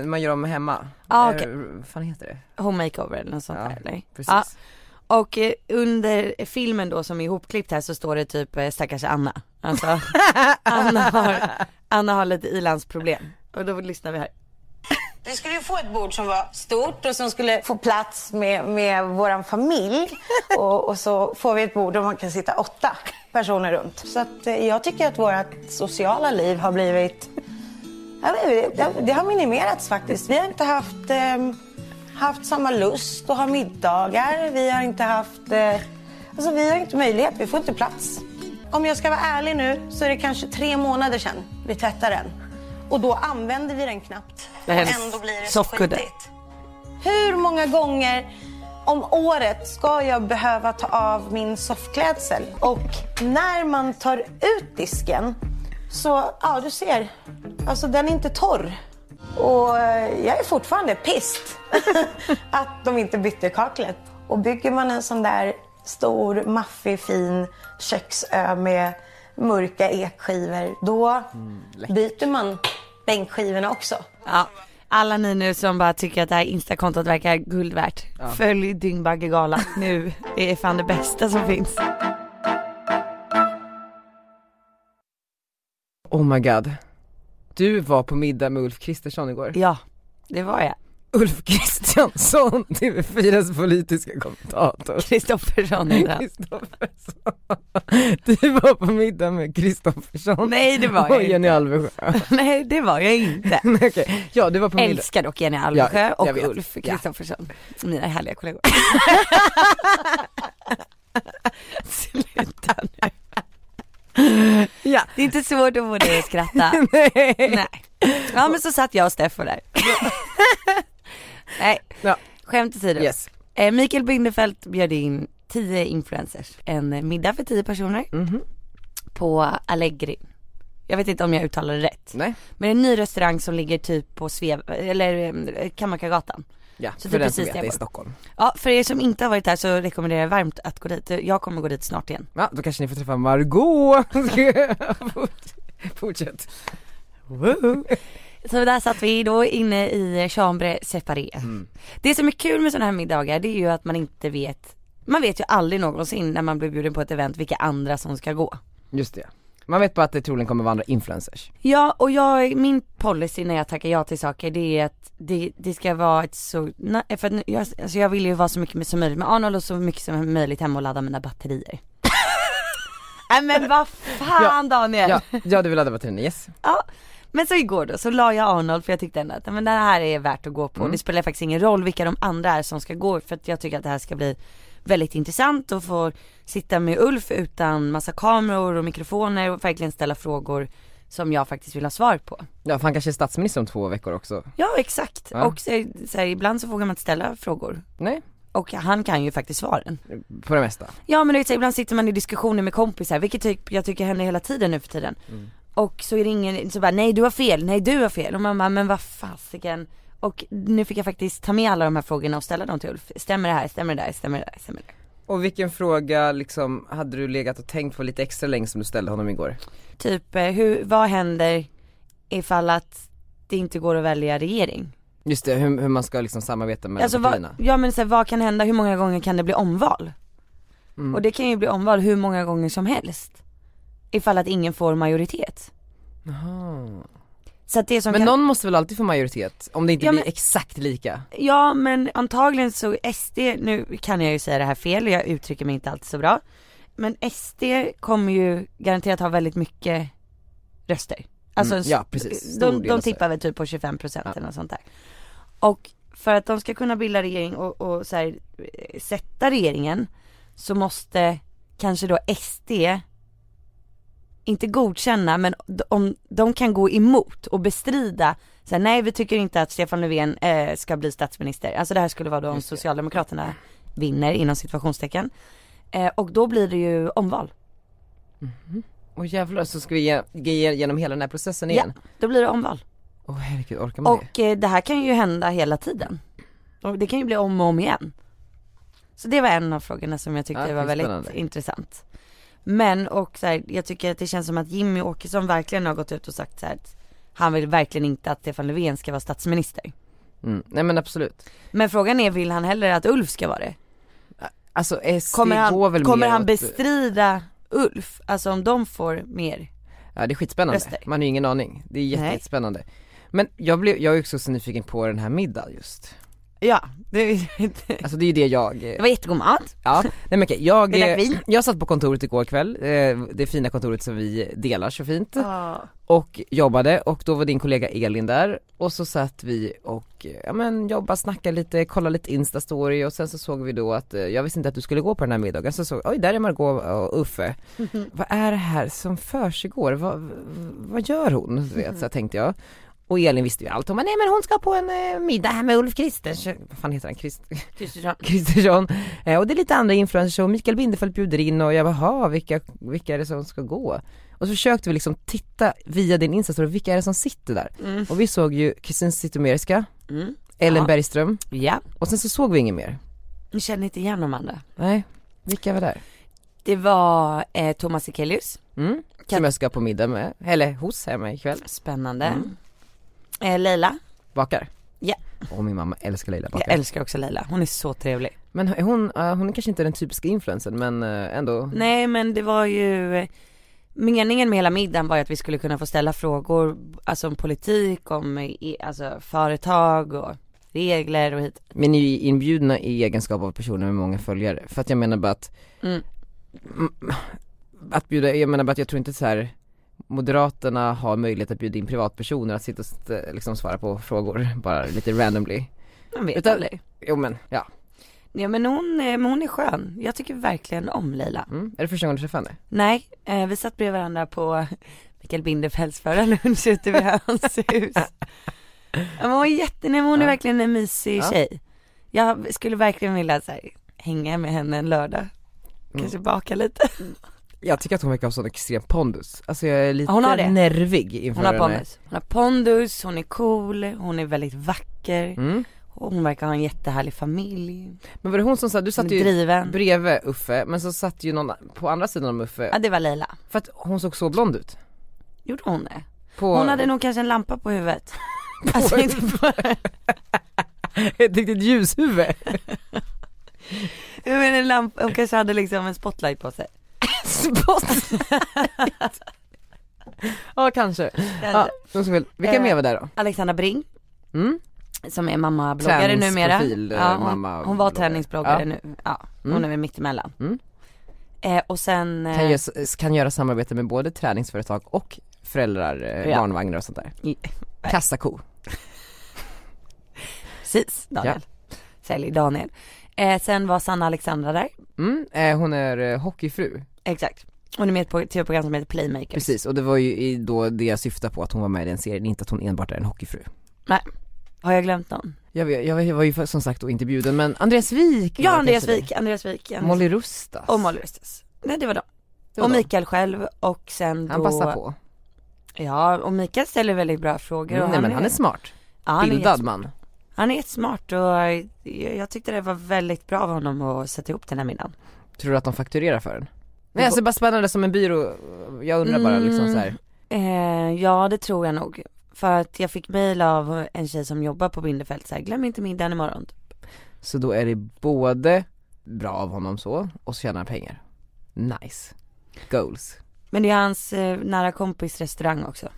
Speaker 1: eh, man gör om hemma.
Speaker 2: Ah, okej.
Speaker 1: Eh, Vad fan heter det?
Speaker 2: Home Makeover eller något sånt
Speaker 1: Ja,
Speaker 2: där eller?
Speaker 1: Precis.
Speaker 2: Ja. Och eh, under filmen då som är ihopklippt här så står det typ eh, stackars Anna. Alltså Anna har, Anna har lite ilandsproblem. Och då lyssnar vi här.
Speaker 5: Vi skulle ju få ett bord som var stort och som skulle få plats med, med vår familj. Och, och så får vi ett bord där man kan sitta åtta personer runt. Så att, eh, jag tycker att vårt sociala liv har blivit... Ja, men det- det, det har minimerats faktiskt. Vi har inte haft, eh, haft samma lust att ha middagar. Vi har inte haft... Eh, alltså vi har inte möjlighet, vi får inte plats. Om jag ska vara ärlig nu så är det kanske tre månader sedan vi tvättade den. Och då använder vi den knappt.
Speaker 2: Det här är
Speaker 5: Och
Speaker 2: en
Speaker 5: ändå blir det så
Speaker 2: soffkudde.
Speaker 5: skitigt. Hur många gånger om året ska jag behöva ta av min soffklädsel? Och när man tar ut disken så, ja du ser, alltså den är inte torr. Och eh, jag är fortfarande pist att de inte bytte kaklet. Och bygger man en sån där stor, maffig, fin köksö med mörka ekskivor, då byter man bänkskivorna också.
Speaker 2: Ja. Alla ni nu som bara tycker att det här instakontot verkar guld värt. Följ Dyngbaggegalan nu. Det är fan det bästa som finns.
Speaker 1: Oh my god. Du var på middag med Ulf Kristersson igår.
Speaker 2: Ja, det var jag.
Speaker 1: Ulf Kristiansson, TV4s politiska kommentator.
Speaker 2: Kristoffersson är det.
Speaker 1: Kristoffersson. Du var på middag med Kristoffersson
Speaker 2: Nej det var
Speaker 1: och
Speaker 2: jag
Speaker 1: Jenny
Speaker 2: inte.
Speaker 1: Alvesjö.
Speaker 2: Nej det var jag inte.
Speaker 1: Nej, okej. Ja, du var på middag.
Speaker 2: Älskar dock Jenny Alvesjö
Speaker 1: jag
Speaker 2: och
Speaker 1: vet.
Speaker 2: Ulf
Speaker 1: Ja.
Speaker 2: Kristoffersson. Mina härliga kollegor. Sluta nu.
Speaker 1: Ja.
Speaker 2: Det är inte svårt att få dig att skratta.
Speaker 1: Nej.
Speaker 2: Nej. Ja men så satt jag och Steffo där. Nej,
Speaker 1: Ja.
Speaker 2: skämt åsido.
Speaker 1: Yes.
Speaker 2: Eh, Mikael Bindefeldt bjöd in 10 influencers. En eh, middag för 10 personer
Speaker 1: Mhm.
Speaker 2: på Allegri. Jag vet inte om jag uttalar det rätt.
Speaker 1: Nej.
Speaker 2: Men en ny restaurang som ligger typ på Svev, eller eh, Kammarkagatan.
Speaker 1: Ja,
Speaker 2: Så det
Speaker 1: för
Speaker 2: är
Speaker 1: den
Speaker 2: precis
Speaker 1: som
Speaker 2: det
Speaker 1: vet, det är
Speaker 2: jag
Speaker 1: i
Speaker 2: var.
Speaker 1: Stockholm.
Speaker 2: Ja, för er som inte har varit där så rekommenderar jag varmt att gå dit. Jag kommer gå dit snart igen.
Speaker 1: Ja, då kanske ni får träffa Margot Fortsätt.
Speaker 2: Så där satt vi då inne i chambre séparé. Det som är kul med sådana här middagar det är ju att man inte vet, man vet ju aldrig någonsin när man blir bjuden på ett event vilka andra som ska gå.
Speaker 1: Just det. Man vet bara att det troligen kommer vara andra influencers.
Speaker 2: Ja och jag, min policy när jag tackar ja till saker det är att det, det ska vara ett så, nej, för att nu- jag, alltså jag vill ju vara så mycket med- som möjligt med Arnold och så mycket som möjligt hemma och ladda mina batterier. Nej men vad fan Daniel!
Speaker 1: Ja, ja du vill ladda batterierna, yes.
Speaker 2: Ja, men så igår då så la jag Arnold för jag tyckte ändå att men det här är värt att gå på. Det spelar faktiskt ingen roll vilka de andra är som ska gå för att jag tycker att det här ska bli väldigt intressant och få sitta med Ulf utan massa kameror och mikrofoner och verkligen ställa frågor som jag faktiskt vill ha svar på.
Speaker 1: Ja för han kanske är statsminister om två veckor också.
Speaker 2: Ja exakt,
Speaker 1: Ja.
Speaker 2: och så, så här, ibland så vågar man inte ställa frågor.
Speaker 1: Nej,
Speaker 2: Och han kan ju faktiskt svaren.
Speaker 1: på det mesta.
Speaker 2: Ja men du vet, så här, ibland sitter man i diskussioner med kompisar, vilket typ jag tycker händer hela tiden nu för tiden.
Speaker 1: Mm.
Speaker 2: Och så är det ingen, så bara nej du har fel, nej du har fel. Och man bara, men vad fasiken. Och nu fick jag faktiskt ta med alla de här frågorna och ställa dem till Ulf. Stämmer det här, stämmer det där, stämmer det där, stämmer det där.
Speaker 1: Och vilken fråga liksom hade du legat och tänkt på lite extra länge som du ställde honom igår?
Speaker 2: Typ, eh, hur, vad händer ifall att det inte går att välja regering?
Speaker 1: Just det, hur, hur man ska liksom samarbeta med
Speaker 2: Alltså vad,
Speaker 1: partierna.
Speaker 2: ja men så här, vad kan hända, hur många gånger kan det bli omval?
Speaker 1: Mm.
Speaker 2: Och det kan ju bli omval hur många gånger som helst. Ifall att ingen får majoritet. Så att det som
Speaker 1: Men
Speaker 2: kan...
Speaker 1: någon måste väl alltid få majoritet? Om det inte
Speaker 2: Ja,
Speaker 1: blir
Speaker 2: men-
Speaker 1: exakt lika. Mm,
Speaker 2: Ja men antagligen så SD, nu kan jag ju säga det här fel och jag uttrycker mig inte alltid så bra. Men SD kommer ju garanterat ha väldigt mycket röster. Alltså,
Speaker 1: Mm, ja, precis. Stor
Speaker 2: de,
Speaker 1: del av
Speaker 2: de
Speaker 1: Sverige.
Speaker 2: tippar väl typ på 25%
Speaker 1: Ja.
Speaker 2: eller något sånt där. Och för att de ska kunna bilda regering och, och så här, eh, sätta regeringen så måste kanske då SD inte godkänna men d- om de kan gå emot och bestrida så här, nej vi tycker inte att Stefan Löfven eh, ska bli statsminister. Alltså det här skulle vara då om Socialdemokraterna vinner inom situationstecken. Eh, och då blir det ju omval.
Speaker 1: Och jävlar, så ska vi ge, ge igenom hela den här processen igen?
Speaker 2: Ja, då blir det omval.
Speaker 1: Åh herregud, orkar man det?
Speaker 2: Och eh, det här kan ju hända hela tiden. Och det kan ju bli om och om igen. Så det var en av frågorna som jag tyckte
Speaker 1: Ja,
Speaker 2: var väldigt
Speaker 1: spännande.
Speaker 2: intressant. Men och så här, jag tycker att det känns som att Jimmy Åkesson verkligen har gått ut och sagt så här att han vill verkligen inte att Stefan Löfven ska vara statsminister.
Speaker 1: Mm. Nej men absolut.
Speaker 2: Men frågan är, vill han hellre att Ulf ska vara det?
Speaker 1: Alltså SD
Speaker 2: Kommer
Speaker 1: går
Speaker 2: han,
Speaker 1: väl
Speaker 2: kommer
Speaker 1: mer
Speaker 2: han
Speaker 1: åt-
Speaker 2: bestrida Ulf? Alltså om de får mer?
Speaker 1: Ja det är skitspännande,
Speaker 2: röster?
Speaker 1: man har ju ingen aning. Det är jätte-
Speaker 2: Nej.
Speaker 1: jättespännande. Men jag blev, jag är också så nyfiken på den här middagen just.
Speaker 2: Ja, det,
Speaker 1: Alltså det är ju det jag eh,
Speaker 2: det var jättegod mat.
Speaker 1: Ja, nej men okej, jag,
Speaker 2: Vi drack
Speaker 1: eh,
Speaker 2: vin.
Speaker 1: jag satt på kontoret igår kväll, eh, det fina kontoret som vi delar så fint och jobbade och då var din kollega Elin där och så satt vi och eh, ja men jobbade, snackade lite, kollade lite instastory och sen så såg vi då att, eh, jag visste inte att du skulle gå på den här middagen, så såg oj där är Margot och Uffe. Vad är det här som försiggår? Vad, vad gör hon? Du vet, så här tänkte jag. Och Elin visste ju allt, hon bara, nej men hon ska på en eh, middag här med Ulf Kristersson, vad fan heter han, Krist-
Speaker 2: Kristersson.
Speaker 1: Kristersson. Eh, och det är lite andra influencers och Mikael Bindefeld bjuder in och jag bara, "Ha, vilka, vilka är det som ska gå? Och så försökte vi liksom titta via din Instastory, vilka är det som sitter där? Och vi såg ju Kristin Zytomierska,
Speaker 2: Mm.
Speaker 1: Ellen
Speaker 2: Ja.
Speaker 1: Bergström
Speaker 2: Ja,
Speaker 1: och sen så såg vi inget mer.
Speaker 2: ni känner inte igen de andra.
Speaker 1: Nej, vilka var där?
Speaker 2: Det var eh, Thomas Ekelius,
Speaker 1: Mm.
Speaker 2: Kat-
Speaker 1: Som jag ska på middag med, eller hos hemma ikväll,
Speaker 2: spännande. Eh, Leila, Eh,
Speaker 1: bakar.
Speaker 2: Ja.
Speaker 1: Och min mamma älskar Leila bakar.
Speaker 2: jag älskar också Leila, hon är så trevlig.
Speaker 1: men är hon, eh, hon är kanske inte den typiska influencern men eh, ändå,
Speaker 2: Nej men det var ju, eh, meningen med hela middagen var ju att vi skulle kunna få ställa frågor, alltså om politik, om eh, i- alltså, företag och regler och hit.
Speaker 1: Men ni är ju inbjudna i egenskap av personer med många följare, för att jag menar bara att
Speaker 2: Mm.
Speaker 1: Mm, Att bjuda, jag menar bara att jag tror inte så här Moderaterna har möjlighet att bjuda in privatpersoner att sitta och st- liksom svara på frågor bara lite randomly
Speaker 2: Man vet
Speaker 1: Utan-
Speaker 2: aldrig.
Speaker 1: Jo men ja,
Speaker 2: Ja men hon, eh, men hon är skön, jag tycker verkligen om Leila.
Speaker 1: mm. är det första gången du träffar henne?
Speaker 2: Nej, eh, vi satt bredvid varandra på Mikael Bindefelds förra lunch ute vid hans hus. Ja, men hon är jätte, nej, men hon är
Speaker 1: Ja.
Speaker 2: verkligen en mysig
Speaker 1: Ja.
Speaker 2: tjej. Jag skulle verkligen vilja så här, hänga med henne en lördag. Kanske baka lite.
Speaker 1: Jag tycker att hon verkar ha sån extrem pondus, alltså jag är lite
Speaker 2: Hon har det.
Speaker 1: nervig inför
Speaker 2: Hon har
Speaker 1: henne.
Speaker 2: pondus. Hon har pondus, hon är cool, hon är väldigt vacker.
Speaker 1: Mm.
Speaker 2: Och hon verkar ha en jättehärlig familj.
Speaker 1: Men var det hon som sa, du
Speaker 2: Hon
Speaker 1: satt
Speaker 2: är
Speaker 1: ju
Speaker 2: driven.
Speaker 1: bredvid Uffe, men så satt ju någon på andra sidan om Uffe,
Speaker 2: Ja det var Leila.
Speaker 1: för att hon såg så blond ut
Speaker 2: Gjorde hon det?
Speaker 1: På-
Speaker 2: Hon hade nog kanske en lampa på huvudet. Alltså, inte
Speaker 1: Ett riktigt ljushuvud.
Speaker 2: Jag menar en lampa, hon kanske hade liksom en spotlight på sig.
Speaker 1: Ja kanske. Ja, de ska väl- Vilka
Speaker 2: Eh,
Speaker 1: mer var där då?
Speaker 2: Alexandra Bring,
Speaker 1: Mm.
Speaker 2: som är mammabloggare numera.
Speaker 1: Träningsprofil, eh,
Speaker 2: ja, hon,
Speaker 1: mamma-
Speaker 2: hon var
Speaker 1: bloggare.
Speaker 2: träningsbloggare
Speaker 1: Ja.
Speaker 2: nu, ja, hon
Speaker 1: Mm.
Speaker 2: är väl mittemellan.
Speaker 1: Mm.
Speaker 2: Eh, och sen, eh,
Speaker 1: Kan göra, s- kan göra samarbete med både träningsföretag och föräldrar, eh,
Speaker 2: Ja.
Speaker 1: barnvagnar och sånt där.
Speaker 2: i-
Speaker 1: Kassako.
Speaker 2: precis Daniel, sälj Daniel. Eh, sen var Sanna Alexandra där,
Speaker 1: Mm, eh, hon är eh, hockeyfru.
Speaker 2: exakt. Hon är med i ett po- tv-program som heter Playmakers.
Speaker 1: Precis, och det var ju i- då det jag syftade på att hon var med i den serien, inte att hon enbart är en hockeyfru.
Speaker 2: Nej, har jag glömt någon?
Speaker 1: Jag, vet- jag, vet- jag var ju för- som sagt då inte bjuden men Andreas Wik
Speaker 2: Ja,
Speaker 1: var det
Speaker 2: Andreas
Speaker 1: kanske
Speaker 2: Wik, Andreas Wik.
Speaker 1: det.
Speaker 2: Andreas
Speaker 1: Molly Rustas.
Speaker 2: Och Molly Rustas. Nej det var dem.
Speaker 1: Det var
Speaker 2: Och
Speaker 1: de.
Speaker 2: Mikael själv och sen
Speaker 1: Han
Speaker 2: då
Speaker 1: passar på.
Speaker 2: Ja, och Mikael ställer väldigt bra frågor. och
Speaker 1: Mm, Nej men han är smart.
Speaker 2: ja, han är
Speaker 1: Bildad
Speaker 2: jättesmart.
Speaker 1: man.
Speaker 2: Han är jättesmart och jag- jag tyckte det var väldigt bra av honom att sätta ihop den här middagen.
Speaker 1: Tror du att de fakturerar för den? Nej alltså bara spännande som en byrå, jag undrar bara liksom så här.
Speaker 2: Eh, ja, det tror jag nog. För att jag fick mejl av en tjej som jobbar på Bindefält så här, glöm inte middagen imorgon.
Speaker 1: Så då är det både bra av honom så, och så tjänar han pengar. Nice. Goals.
Speaker 2: Men det är hans eh, nära kompis restaurang också.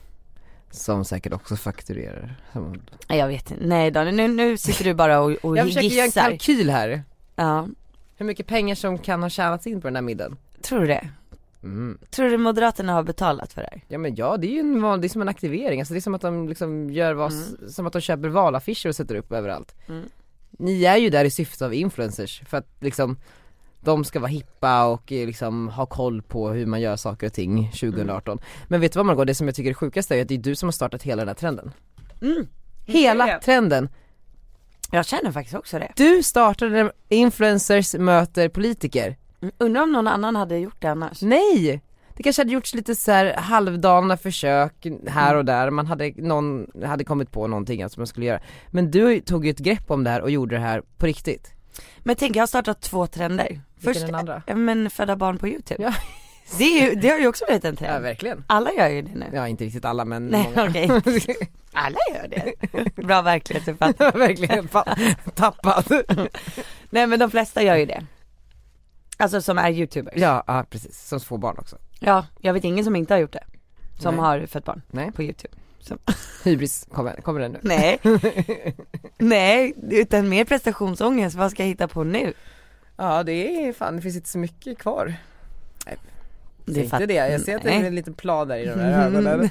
Speaker 1: Som säkert också fakturerar. Som...
Speaker 2: Nej, jag vet inte. Nej Daniel, nu, nu sitter du bara och, och
Speaker 1: Jag försöker göra en
Speaker 2: gissar.
Speaker 1: kalkyl här.
Speaker 2: Ja,
Speaker 1: Hur mycket pengar som kan ha tjänats in på den här middagen.
Speaker 2: tror du det?
Speaker 1: Mm.
Speaker 2: Tror du Moderaterna har betalat för det här?
Speaker 1: Ja men ja, det är ju en van, det är som en aktivering, alltså det är som att de liksom gör vad, som att de köper valaffischer och sätter upp överallt. Ni är ju där i syfte av influencers, för att liksom de ska vara hippa och eh, liksom ha koll på hur man gör saker och ting 2018. Men vet du vad Margot, det som jag tycker är sjukast är ju att det är du som har startat hela den här trenden. Hela trenden!
Speaker 2: Jag känner faktiskt också det.
Speaker 1: Du startade influencers möter politiker.
Speaker 2: Mm, Undrar om någon annan hade gjort det annars.
Speaker 1: Mm. Nej! Det kanske hade gjorts lite så här halvdana försök här och där, man hade, någon hade kommit på någonting alltså man skulle göra. Men du tog ju ett grepp om det här och gjorde det här på riktigt.
Speaker 2: Men tänk, jag har startat två trender. Först,
Speaker 1: är den andra?
Speaker 2: eh, men föda barn på YouTube.
Speaker 1: Ja.
Speaker 2: Det, är ju, det har ju också blivit en
Speaker 1: Ja
Speaker 2: trend.
Speaker 1: verkligen.
Speaker 2: Alla gör ju det nu.
Speaker 1: Ja inte riktigt alla men
Speaker 2: Nej
Speaker 1: många.
Speaker 2: okej, alla gör det. Bra verklighetsuppfattning.
Speaker 1: verkligen fa- tappad.
Speaker 2: Nej men de flesta gör ju det. Alltså som är youtubers.
Speaker 1: ja, ja precis, som två barn också.
Speaker 2: Ja, jag vet ingen som inte har gjort det. Som
Speaker 1: Nej.
Speaker 2: har fött barn
Speaker 1: Nej.
Speaker 2: på youtube. Som...
Speaker 1: Hybris, kommer, kommer den nu?
Speaker 2: Nej. Nej, utan mer prestationsångest. Vad ska jag hitta på nu?
Speaker 1: Ja det är fan, det finns inte så mycket kvar.
Speaker 2: Det
Speaker 1: Det Mm,
Speaker 2: fatt-
Speaker 1: inte det, jag ser att det
Speaker 2: Nej.
Speaker 1: är en liten plan där i de där ögonen.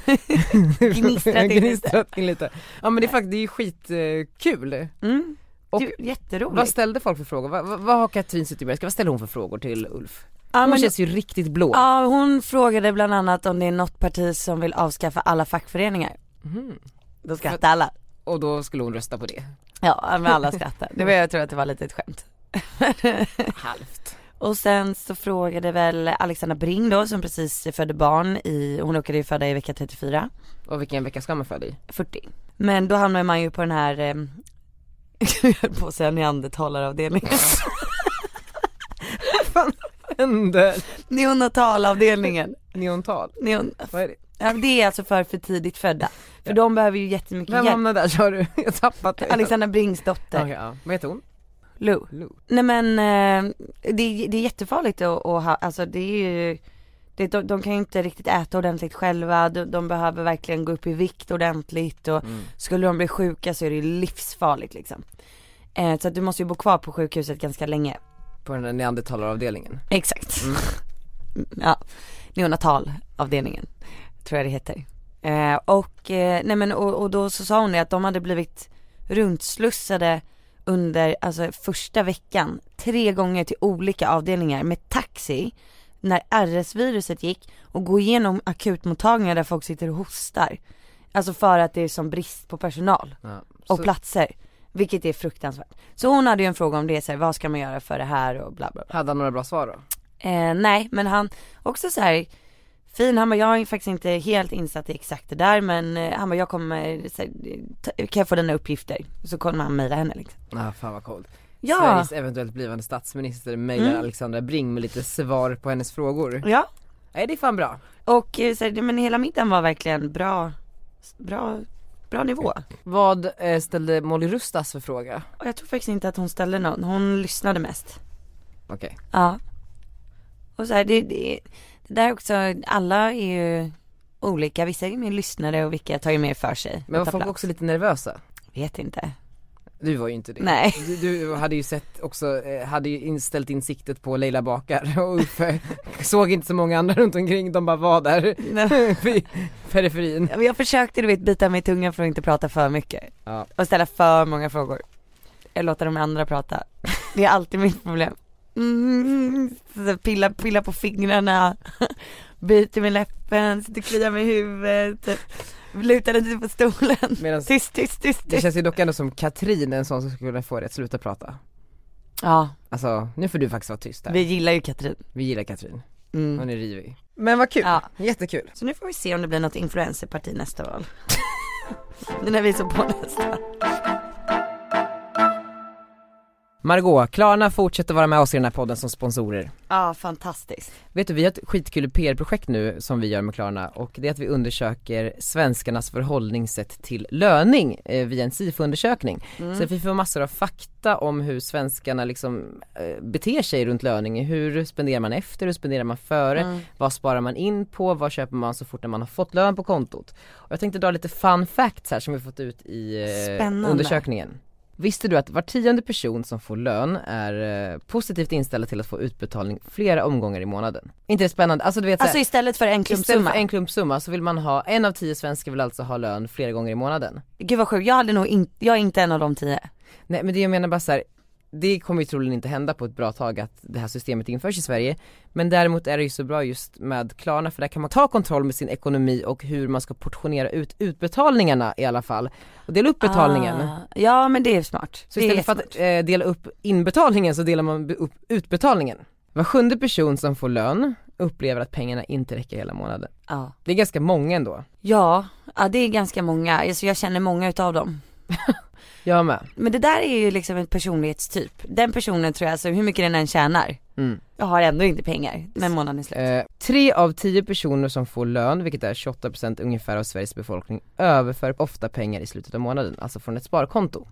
Speaker 2: Gnistrat in lite.
Speaker 1: Mm. Gnistrat in lite. Ja men det är faktiskt, det är ju skitkul.
Speaker 2: Mm.
Speaker 1: Och-
Speaker 2: du, jätteroligt.
Speaker 1: Vad ställde folk för frågor? Vad, vad, vad har Katrin Zytomierska, vad ställer hon för frågor till Ulf?
Speaker 2: Ja,
Speaker 1: Hon
Speaker 2: men-
Speaker 1: känns ju riktigt blå.
Speaker 2: Ja, hon frågade bland annat om det är något parti som vill avskaffa alla fackföreningar. Då skrattade alla.
Speaker 1: Mm. Och då skulle hon rösta på det.
Speaker 2: Ja, men alla skrattade. Det var, jag tror att det var lite ett skämt.
Speaker 1: Halvt.
Speaker 2: Och sen så frågade väl Alexandra Bring då som precis födde barn i, hon råkade ju föda i vecka 34,
Speaker 1: Och vilken vecka ska man föda i?
Speaker 2: 40. Men då hamnar man ju på den här, eh, jag höll på att säga neandertalaravdelningen.
Speaker 1: Händer.
Speaker 2: Neonatalavdelningen.
Speaker 1: Neontal.
Speaker 2: Neon...
Speaker 1: Vad är det?
Speaker 2: Ja, det är alltså för för tidigt födda. För de behöver ju jättemycket
Speaker 1: Vem
Speaker 2: hjälp.
Speaker 1: hamnar där sa du? Jag har tappat det.
Speaker 2: Alexandra Brings dotter.
Speaker 1: Okej, ja. Vad heter hon?
Speaker 2: Lou.
Speaker 1: Lou.
Speaker 2: Nej men eh, det, är- det är jättefarligt att, att ha, alltså det är ju det, de, de kan ju inte riktigt äta ordentligt själva, de, de behöver verkligen gå upp i vikt ordentligt och skulle de bli sjuka så är det ju livsfarligt liksom. Eh, så att du måste ju bo kvar på sjukhuset ganska länge.
Speaker 1: På den där neandertalaravdelningen.
Speaker 2: Exakt. ja, neonatalavdelningen tror jag det heter. Eh, och, eh, nej men, och, och då så sa hon det att de hade blivit runtslussade under alltså, första veckan tre gånger till olika avdelningar med taxi när RS-viruset gick och gå igenom akutmottagningar där folk sitter och hostar. Alltså för att det är som brist på personal
Speaker 1: Ja.
Speaker 2: och
Speaker 1: Så-
Speaker 2: platser. Vilket är fruktansvärt. Så hon hade ju en fråga om det, så här, vad ska man göra för det här och bla bla bla.
Speaker 1: Hade han några bra svar då?
Speaker 2: Eh, nej, men han, också så här fin, han bara, jag är faktiskt inte helt insatt i exakt det där men eh, han bara, jag kommer, så här, ta, kan jag få dina uppgifter? Så kommer han mejla henne liksom.
Speaker 1: Ja, ah, fan vad coolt.
Speaker 2: Ja.
Speaker 1: Sveriges eventuellt blivande statsminister mejlar Alexandra Bring med lite svar på hennes frågor.
Speaker 2: Ja,
Speaker 1: Nej det är fan bra.
Speaker 2: och eh, så här, men hela middagen var verkligen bra bra, bra nivå.
Speaker 1: Vad eh, ställde Molly Rustas för fråga?
Speaker 2: Och jag tror faktiskt inte att hon ställde någon, hon lyssnade mest.
Speaker 1: Okej.
Speaker 2: Ja. Och så här, det, det, det där också, alla är ju olika, vissa är mer lyssnare och vilka tar ju mer för sig.
Speaker 1: Men var
Speaker 2: och tar
Speaker 1: folk
Speaker 2: plats.
Speaker 1: också lite nervösa?
Speaker 2: Vet inte.
Speaker 1: Du var ju inte det.
Speaker 2: Nej.
Speaker 1: Du, du hade ju sett också, eh, hade ju inställt in siktet på Leila Bakar och Uffe såg inte så många andra runt omkring, de bara var där i periferin.
Speaker 2: Ja, men Jag försökte du vet bita mig i tungan för att inte prata för mycket.
Speaker 1: Ja.
Speaker 2: Och ställa för många frågor. Jag låter de andra prata. Det är alltid mitt problem. Mm, så pilla, pilla på fingrarna, biter med läppen, sitter och kliar med huvudet, typ. lutar lite på stolen.
Speaker 1: Medan
Speaker 2: Tyst, tyst, tyst,
Speaker 1: det
Speaker 2: tyst.
Speaker 1: känns ju dock ändå som Katrin, en sån som skulle kunna få dig att sluta prata.
Speaker 2: Ja,
Speaker 1: Alltså, nu får du faktiskt vara tyst
Speaker 2: vi
Speaker 1: här.
Speaker 2: gillar ju Katrin.
Speaker 1: Vi gillar Katrin,
Speaker 2: Mm.
Speaker 1: hon är rivig.
Speaker 4: Men vad kul,
Speaker 2: Ja.
Speaker 1: Jättekul.
Speaker 2: Så nu får vi se om det blir något influencerparti nästa val. nu när vi är så på nästa.
Speaker 1: Margot, Klarna fortsätter vara med oss i den här podden som sponsorer.
Speaker 2: Ja, fantastiskt.
Speaker 1: Vet du, vi har ett skitkul PR-projekt nu som vi gör med Klarna och det är att vi undersöker svenskarnas förhållningssätt till löning eh, via en SIFO-undersökning. Så vi får massor av fakta om hur svenskarna liksom eh, beter sig runt löning. Hur spenderar man efter, hur spenderar man före, vad sparar man in på, vad köper man så fort när man har fått lön på kontot. Och jag tänkte dra lite fun facts här som vi fått ut i eh,
Speaker 2: Spännande.
Speaker 1: undersökningen. Visste du att var tionde person som får lön är eh, positivt inställd till att få utbetalning flera omgångar i månaden? Inte det spännande? Alltså du vet
Speaker 2: Alltså
Speaker 1: såhär,
Speaker 2: istället för en
Speaker 1: istället
Speaker 2: klumpsumma.
Speaker 1: för en klumpsumma så vill man ha, en av tio svenskar vill alltså ha lön flera gånger i månaden.
Speaker 2: Gud vad sjukt, jag hade nog inte, jag är inte en av de tio.
Speaker 1: Nej men det jag menar bara så här, det kommer ju troligen inte hända på ett bra tag att det här systemet införs i Sverige. Men däremot är det ju så bra just med Klarna för där kan man ta kontroll med sin ekonomi och hur man ska portionera ut utbetalningarna i alla fall. Och dela upp betalningen.
Speaker 2: Ah, ja men det är smart.
Speaker 1: Så
Speaker 2: det är
Speaker 1: istället för att
Speaker 2: jättesmart.
Speaker 1: eh, dela upp inbetalningen så delar man be- upp utbetalningen. Var sjunde person som får lön upplever att pengarna inte räcker hela månaden.
Speaker 2: ja.
Speaker 1: Det är ganska många ändå.
Speaker 2: Ja, ja det är ganska många, alltså jag känner många utav dem.
Speaker 1: Jag med.
Speaker 2: Men det där är ju liksom en personlighetstyp. Den personen tror jag, alltså hur mycket den än tjänar, jag har ändå inte pengar när månaden är slut.
Speaker 1: Mm. Eh, tre av tio personer som får lön, vilket är 28% ungefär av Sveriges befolkning, överför ofta pengar i slutet av månaden, alltså från ett sparkonto.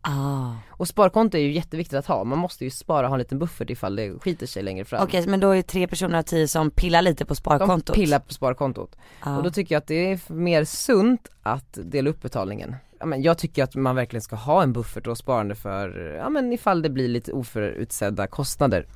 Speaker 2: Ah.
Speaker 1: Och sparkonto är ju jätteviktigt att ha, man måste ju spara och ha en liten buffert ifall det skiter sig längre fram.
Speaker 2: Okej, men då är det tre personer av tio som pillar lite på
Speaker 1: De
Speaker 2: sparkontot. Ah.
Speaker 1: pillar på sparkontot.
Speaker 2: Ja.
Speaker 1: Och då tycker jag att det är f- mer sunt att dela upp betalningen. Ja, men jag tycker att man verkligen ska ha en buffert och sparande för, ja men ifall det blir lite oförutsedda kostnader.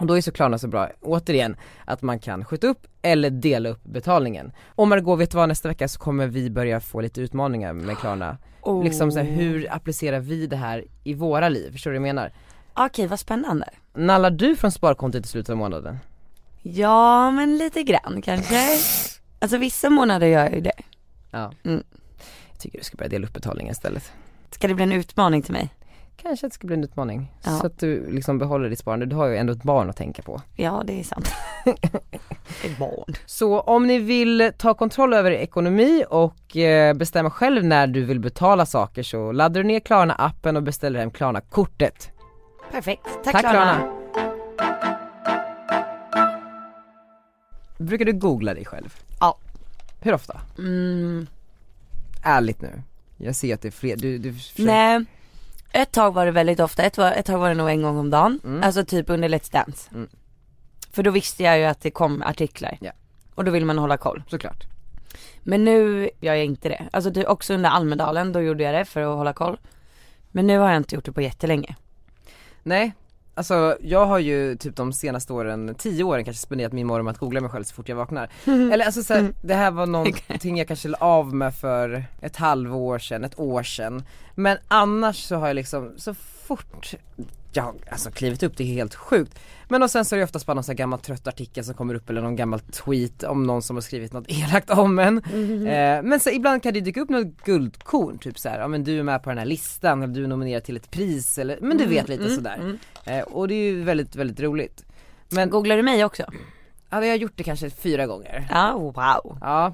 Speaker 1: Och då är såklart så bra, återigen, att man kan skjuta upp eller dela upp betalningen. Och Margot, vet du vad, nästa vecka så kommer vi börja få lite utmaningar med Klarna.
Speaker 2: Oh.
Speaker 1: Liksom så här, hur applicerar vi det här i våra liv? Förstår du vad jag menar?
Speaker 2: Okej, vad spännande.
Speaker 1: Nallar du från sparkontot i slutet av månaden?
Speaker 2: Ja, men lite grann kanske. Alltså vissa månader gör jag ju det.
Speaker 1: Ja.
Speaker 2: Mm.
Speaker 1: Jag tycker du ska börja dela upp betalningen istället.
Speaker 2: Ska det bli en utmaning till mig?
Speaker 1: Kanske att det ska bli en utmaning.
Speaker 2: Ja.
Speaker 1: Så att du liksom behåller ditt sparande, du har ju ändå ett barn att tänka på.
Speaker 2: Ja, det är sant. det är barn.
Speaker 1: Så om ni vill ta kontroll över er ekonomi och eh, bestämma själv när du vill betala saker så laddar du ner Klarna appen och beställer hem Klarna-kortet.
Speaker 2: Perfekt. Tack, Klarna.
Speaker 1: Brukar du googla dig själv?
Speaker 2: Ja.
Speaker 1: Hur ofta?
Speaker 2: Mm,
Speaker 1: Ärligt nu. Jag ser att det är fler, du, du försöker-
Speaker 2: nej, ett tag var det väldigt ofta. Ett, var, ett tag var det nog en gång om dagen. Alltså typ under Let's Dance.
Speaker 1: Mm.
Speaker 2: För då visste jag ju att det kom artiklar.
Speaker 1: Ja.
Speaker 2: Och då vill man hålla koll.
Speaker 1: Såklart.
Speaker 2: Men nu gör jag inte det. Alltså typ också under Almedalen, då gjorde jag det för att hålla koll. Men nu har jag inte gjort det på jättelänge.
Speaker 1: Nej, alltså jag har ju typ de senaste åren, tio åren kanske spenderat min morgon med att googla mig själv så fort jag vaknar. Eller alltså så här, det här var någonting jag kanske la av med för ett halvår sedan, ett år sedan. Men annars så har jag liksom, så fort jag alltså klivit upp, det är helt sjukt. Men och sen så är det oftast bara någon sån här gammal trött artikel som kommer upp eller någon gammal tweet om någon som har skrivit något elakt om en. Eh, men så ibland kan det dyka upp något guldkorn, typ så här, ja men du är med på den här listan eller du är nominerad till ett pris eller, men du vet lite sådär. Eh, och det är ju väldigt, väldigt roligt. Men
Speaker 2: Googlar du mig också?
Speaker 1: hade jag gjort det kanske fyra gånger.
Speaker 2: Ja, wow.
Speaker 1: Ja,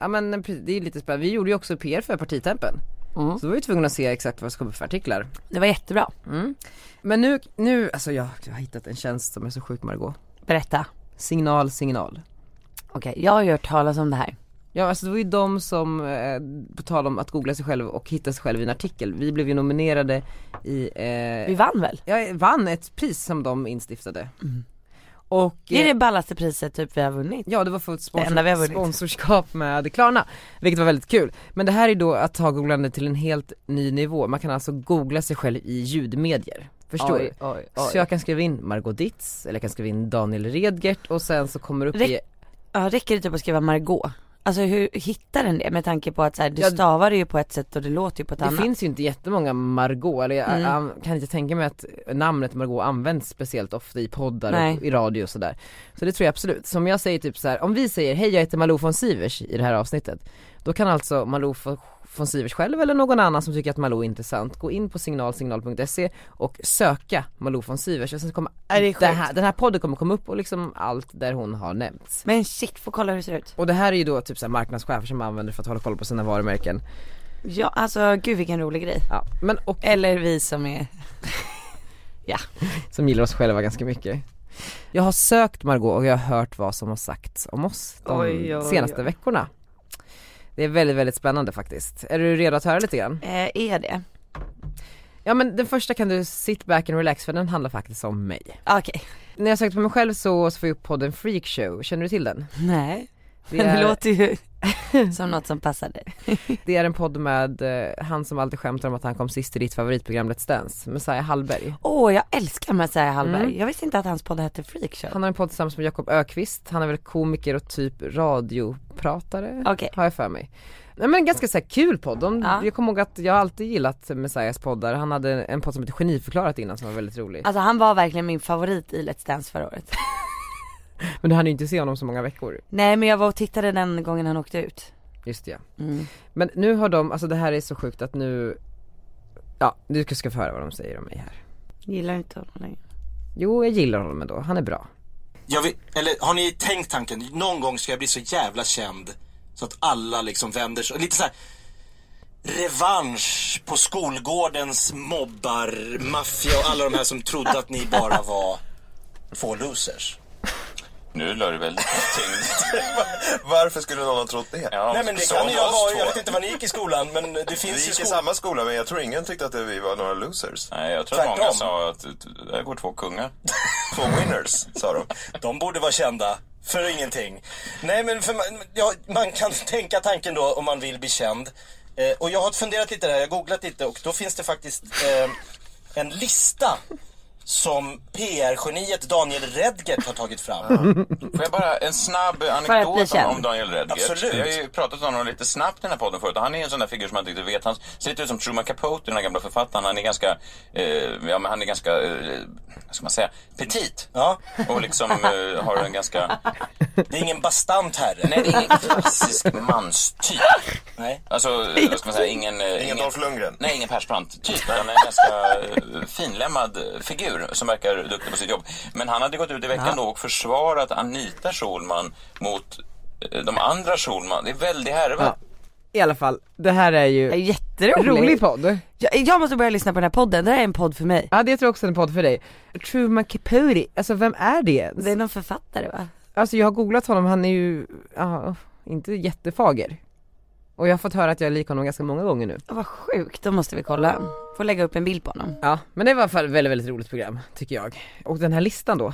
Speaker 1: ja men precis, det är ju lite spännande. Vi gjorde ju också PR för partitempen.
Speaker 2: Mm.
Speaker 1: Så då var vi tvungna att se exakt vad som kom upp för artiklar.
Speaker 2: Det var jättebra.
Speaker 1: Men nu, nu, alltså jag, jag har hittat en tjänst som är så sjuk Margot.
Speaker 2: Berätta.
Speaker 1: Signal, signal.
Speaker 2: Okej, jag har ju hört talas om det här.
Speaker 1: Ja alltså det var ju de som, eh, på tal om att googla sig själv och hitta sig själv i en artikel, vi blev ju nominerade i, eh,
Speaker 2: Vi vann väl?
Speaker 1: jag vann ett pris som de instiftade. Och,
Speaker 2: Det Mm. är
Speaker 1: eh,
Speaker 2: det ballaste priset typ vi har vunnit.
Speaker 1: Ja det var för ett
Speaker 2: enda vi har
Speaker 1: sponsor-
Speaker 2: vunnit.
Speaker 1: sponsorskap med Klarna, vilket var väldigt kul. Men det här är då att ta googlande till en helt ny nivå, man kan alltså googla sig själv i ljudmedier. Förstår du? Så jag kan skriva in Margot Ditz, eller jag kan skriva in Daniel Redgert och sen så kommer det upp
Speaker 2: Rek-
Speaker 1: i,
Speaker 2: Ja, räcker det typ att skriva Margot? Alltså hur hittar den det med tanke på att så här, du
Speaker 1: Ja, d-
Speaker 2: stavar det ju på ett sätt och det låter ju på ett
Speaker 1: det
Speaker 2: annat.
Speaker 1: finns ju inte jättemånga Margot, eller jag,
Speaker 2: Mm.
Speaker 1: jag kan inte tänka mig att namnet Margot används speciellt ofta i poddar
Speaker 2: Nej.
Speaker 1: och i radio och sådär. Så det tror jag absolut. Som jag säger typ så här, om vi säger hej jag heter Malou von Sivers i det här avsnittet, då kan alltså Malou von- von Sivers själv eller någon annan som tycker att Malou är intressant gå in på signalsignal.se och söka Malou von Sivers och sen kommer
Speaker 2: Ja, det är sjukt.
Speaker 1: det här, den här podden kommer komma upp och liksom allt där hon har nämnts.
Speaker 2: Men shit, får kolla hur det ser ut.
Speaker 1: Och det här är ju då typ så här marknadschefer som använder för att hålla koll på sina varumärken.
Speaker 2: Ja, alltså gud vilken rolig grej.
Speaker 1: Ja, men och
Speaker 2: Eller vi som är,
Speaker 1: som gillar oss själva ganska mycket. Jag har sökt Margot och jag har hört vad som har sagts om oss de
Speaker 2: Oj, oj,
Speaker 1: senaste
Speaker 2: oj.
Speaker 1: veckorna. Det är väldigt, väldigt spännande faktiskt. Är du redo att höra lite grann?
Speaker 2: eh, är det?
Speaker 1: Ja men den första kan du sit back and relax för den handlar faktiskt om mig.
Speaker 2: Okej.
Speaker 1: När jag sökte på mig själv så, så får jag upp podden Freak Show, känner du till den?
Speaker 2: Nej.
Speaker 1: Det
Speaker 2: Men det
Speaker 1: är-
Speaker 2: låter ju som något som passar dig.
Speaker 1: Det är en podd med eh, han som alltid skämtar om att han kom sist i ditt favoritprogram Let's Dance, Messiah Hallberg.
Speaker 2: Åh, jag älskar Messiah Hallberg. Jag visste inte att hans podd hette Freakshow.
Speaker 1: Han har en podd tillsammans med Jakob Ökvist. han är väl komiker och typ radiopratare
Speaker 2: Okej.
Speaker 1: har jag för mig. Nej men ganska så här kul podd, De,
Speaker 2: Ja.
Speaker 1: jag kommer ihåg att jag har alltid gillat Messiahs poddar, han hade en podd som hette Geniförklarat innan som var väldigt rolig.
Speaker 2: Alltså han var verkligen min favorit i Let's Dance förra året.
Speaker 1: Men du hann ju inte se honom så många veckor,
Speaker 2: Nej men jag var och tittade den gången han åkte ut.
Speaker 1: just det, ja.
Speaker 2: Mm.
Speaker 1: Men nu har de, alltså det här är så sjukt att nu, ja du ska- ska få höra vad de säger om mig här.
Speaker 2: Gillar inte honom längre.
Speaker 1: Jo jag gillar honom ändå, han är bra.
Speaker 6: Jag vill, eller har ni tänkt tanken, någon gång ska jag bli så jävla känd så att alla liksom vänder sig, lite så här revansch på skolgårdens mobbar, maffia och alla de här som trodde att ni bara var få losers.
Speaker 7: Nu la du väldigt mycket tyngd. Varför skulle någon ha trott det? Ja,
Speaker 6: Nej men det
Speaker 7: så
Speaker 6: kan ju
Speaker 7: var
Speaker 6: jag
Speaker 7: oss
Speaker 6: vara,
Speaker 7: två.
Speaker 6: jag vet inte vad ni gick i skolan men det
Speaker 7: Vi
Speaker 6: finns ju
Speaker 7: gick i
Speaker 6: skolor.
Speaker 7: samma skola men jag tror ingen tyckte att vi var några losers.
Speaker 8: Nej, jag tror att många
Speaker 6: Tvärtom.
Speaker 8: sa att eh, där går två kungar.
Speaker 7: Två winners sa de.
Speaker 6: De borde vara kända för ingenting. Nej men för man, ja, man kan tänka tanken då om man vill bli känd. Eh, och jag har funderat lite där, jag har googlat lite och då finns det faktiskt eh, en lista som PR-geniet Daniel Redgert har tagit fram.
Speaker 8: Får jag bara en snabb
Speaker 2: att bli
Speaker 8: anekdot om,
Speaker 2: känd.
Speaker 8: om Daniel Redgert?
Speaker 6: Absolut.
Speaker 8: Jag har ju pratat om honom lite snabbt i den här podden förut och han är en sån där figur som man inte riktigt vet. Han ser lite ut som Truman Capote, den här gamla författaren. Han är ganska, eh, ja men han är ganska, eh, vad ska man säga, petit.
Speaker 6: Ja.
Speaker 8: Och liksom eh, har en ganska,
Speaker 6: Det är ingen bastant herre.
Speaker 8: nej det är ingen klassisk manstyp.
Speaker 6: Nej.
Speaker 8: Alltså, eh, vad ska man säga, ingen... eh,
Speaker 7: Ingen Dolph Lundgren.
Speaker 8: Nej, ingen Persbrandt-typ. Han är en ganska eh, finlämmad figur som verkar duktig på sitt jobb. Men han hade gått ut i veckan då och försvarat Anita Schulman mot eh, de andra Schulman. Det är väldigt härva.
Speaker 1: I alla fall, det här är ju
Speaker 2: Jätterolig.
Speaker 1: rolig podd.
Speaker 2: Jag, jag måste börja lyssna på den här podden, det här är en podd för mig.
Speaker 1: Ja det tror jag också är en podd för dig. Truman Capote, alltså vem är det ens?
Speaker 2: Det är någon författare va?
Speaker 1: Alltså jag har googlat honom, han är ju, ja, inte jättefager. Och jag har fått höra att jag är lik honom ganska många gånger nu.
Speaker 2: Åh, Vad sjukt, då måste vi kolla. Får lägga upp en bild på honom.
Speaker 1: Ja, men det var i alla fall ett väldigt, väldigt roligt program, tycker jag. Och den här listan då.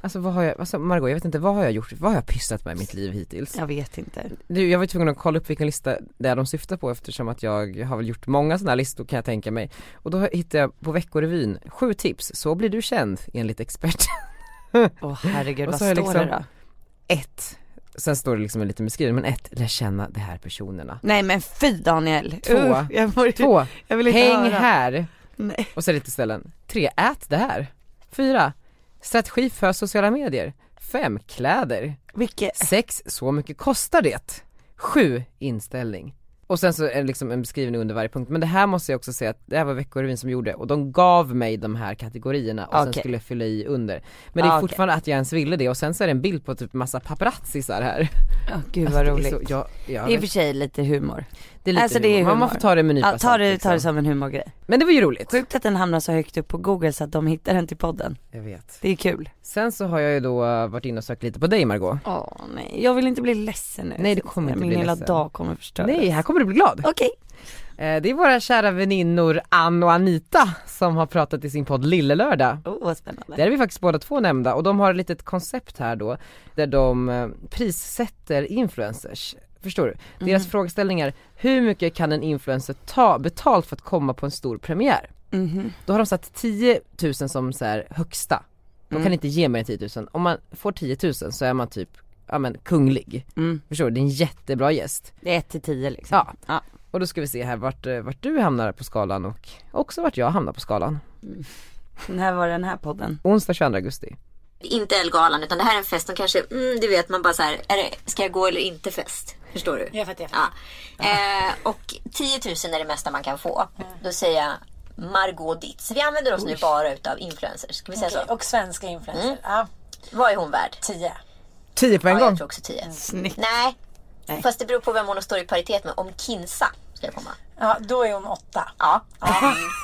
Speaker 1: Alltså vad har jag, alltså Margot jag vet inte, vad har jag gjort, vad har jag pysslat med i mitt liv hittills?
Speaker 2: Jag vet inte.
Speaker 1: Du, jag var tvungen att kolla upp vilken lista det är de syftar på eftersom att jag har väl gjort många sådana här listor kan jag tänka mig. Och då hittade jag på Veckorevyn, sju tips, så blir du känd enligt expert.
Speaker 2: Åh herregud,
Speaker 1: Och
Speaker 2: vad
Speaker 1: så har
Speaker 2: står
Speaker 1: jag liksom-
Speaker 2: det då?
Speaker 1: ett, sen står det liksom en liten beskrivning, men ett, lär känna de här personerna.
Speaker 2: Nej men fy Daniel!
Speaker 1: Två.
Speaker 2: Uff, jag mår,
Speaker 1: Två,
Speaker 2: Jag vill inte
Speaker 1: häng
Speaker 2: höra.
Speaker 1: här.
Speaker 2: Nej.
Speaker 1: Och så lite ställen. Tre, ät det här. Fyra, strategi för sociala medier. Fem, kläder.
Speaker 2: Vilket?
Speaker 1: Sex, så mycket kostar det. Sju, inställning. Och sen så är det liksom en beskrivning under varje punkt, men det här måste jag också säga att det här var Veckorevyn som gjorde och de gav mig de här kategorierna och sen
Speaker 2: Okej.
Speaker 1: skulle jag fylla i under. Men det är
Speaker 2: Ah, okej.
Speaker 1: fortfarande att jag ens ville det och sen så är det en bild på typ massa paparazzisar här.
Speaker 2: Åh, gud vad roligt.
Speaker 1: Alltså, Det är så- ja, ja,
Speaker 2: Det är i och för sig lite humor.
Speaker 1: det är lite
Speaker 2: alltså, det är
Speaker 1: humor. Man
Speaker 2: humor.
Speaker 1: får ta det med en nypa
Speaker 2: Ja, ta
Speaker 1: salt,
Speaker 2: det,
Speaker 1: liksom.
Speaker 2: ta det som en humorgrej.
Speaker 1: Men det var ju roligt.
Speaker 2: Sjukt att den hamnar så högt upp på google så att de hittar den till podden.
Speaker 1: Jag vet.
Speaker 2: Det är kul.
Speaker 1: Sen så har jag ju då eh, varit inne och sökt lite på dig Margot
Speaker 2: Åh nej, jag vill inte bli ledsen nu.
Speaker 1: Nej, du kommer inte
Speaker 2: Min
Speaker 1: bli
Speaker 2: hela
Speaker 1: ledsen.
Speaker 2: dag kommer förstöras.
Speaker 1: Nej, här kommer du bli glad.
Speaker 2: Okej.
Speaker 1: Eh, Det är våra kära väninnor Ann och Anita som har pratat i sin podd Lillelördag.
Speaker 2: Oh, vad spännande.
Speaker 1: Där är vi faktiskt båda två nämnda och de har ett litet koncept här då där de eh, prissätter influencers. Förstår du? Deras frågeställning är hur mycket kan en influencer ta betalt för att komma på en stor premiär?
Speaker 2: Mhm.
Speaker 1: Då har de satt 10 000 som så här högsta. De kan inte ge mer än 10 000. Om man får 10 000 så är man typ, ja men kunglig.
Speaker 2: Mm.
Speaker 1: Förstår du? Det är en jättebra gäst.
Speaker 2: Det är 1 till 10 liksom.
Speaker 1: Ja. Och då ska vi se här vart, eh, vart du hamnar på skalan och också vart jag hamnar på skalan.
Speaker 2: När var den här podden?
Speaker 1: Onsdag 22 augusti.
Speaker 9: Inte Ellegalan utan det här är en fest som kanske, mm, du vet man bara så här, är det, ska jag gå eller inte fest? Förstår du?
Speaker 5: Jag fattar, jag
Speaker 9: Ja. Eh, och 10 000 är det mesta man kan få. Då säger jag Margot Ditz. Vi använder oss nu bara utav influencers. Ska vi säga så? Mm.
Speaker 5: Och svenska influencers. Ja,
Speaker 9: Vad är hon värd?
Speaker 5: 10.
Speaker 1: 10 på en
Speaker 9: Ja,
Speaker 1: gång.
Speaker 9: jag tror också
Speaker 5: Mm.
Speaker 9: 10.
Speaker 2: Snyggt.
Speaker 9: Nej. fast det beror på vem hon står i paritet med. Om Kinsa ska jag komma.
Speaker 5: Ja, då är hon 8.
Speaker 9: Ja,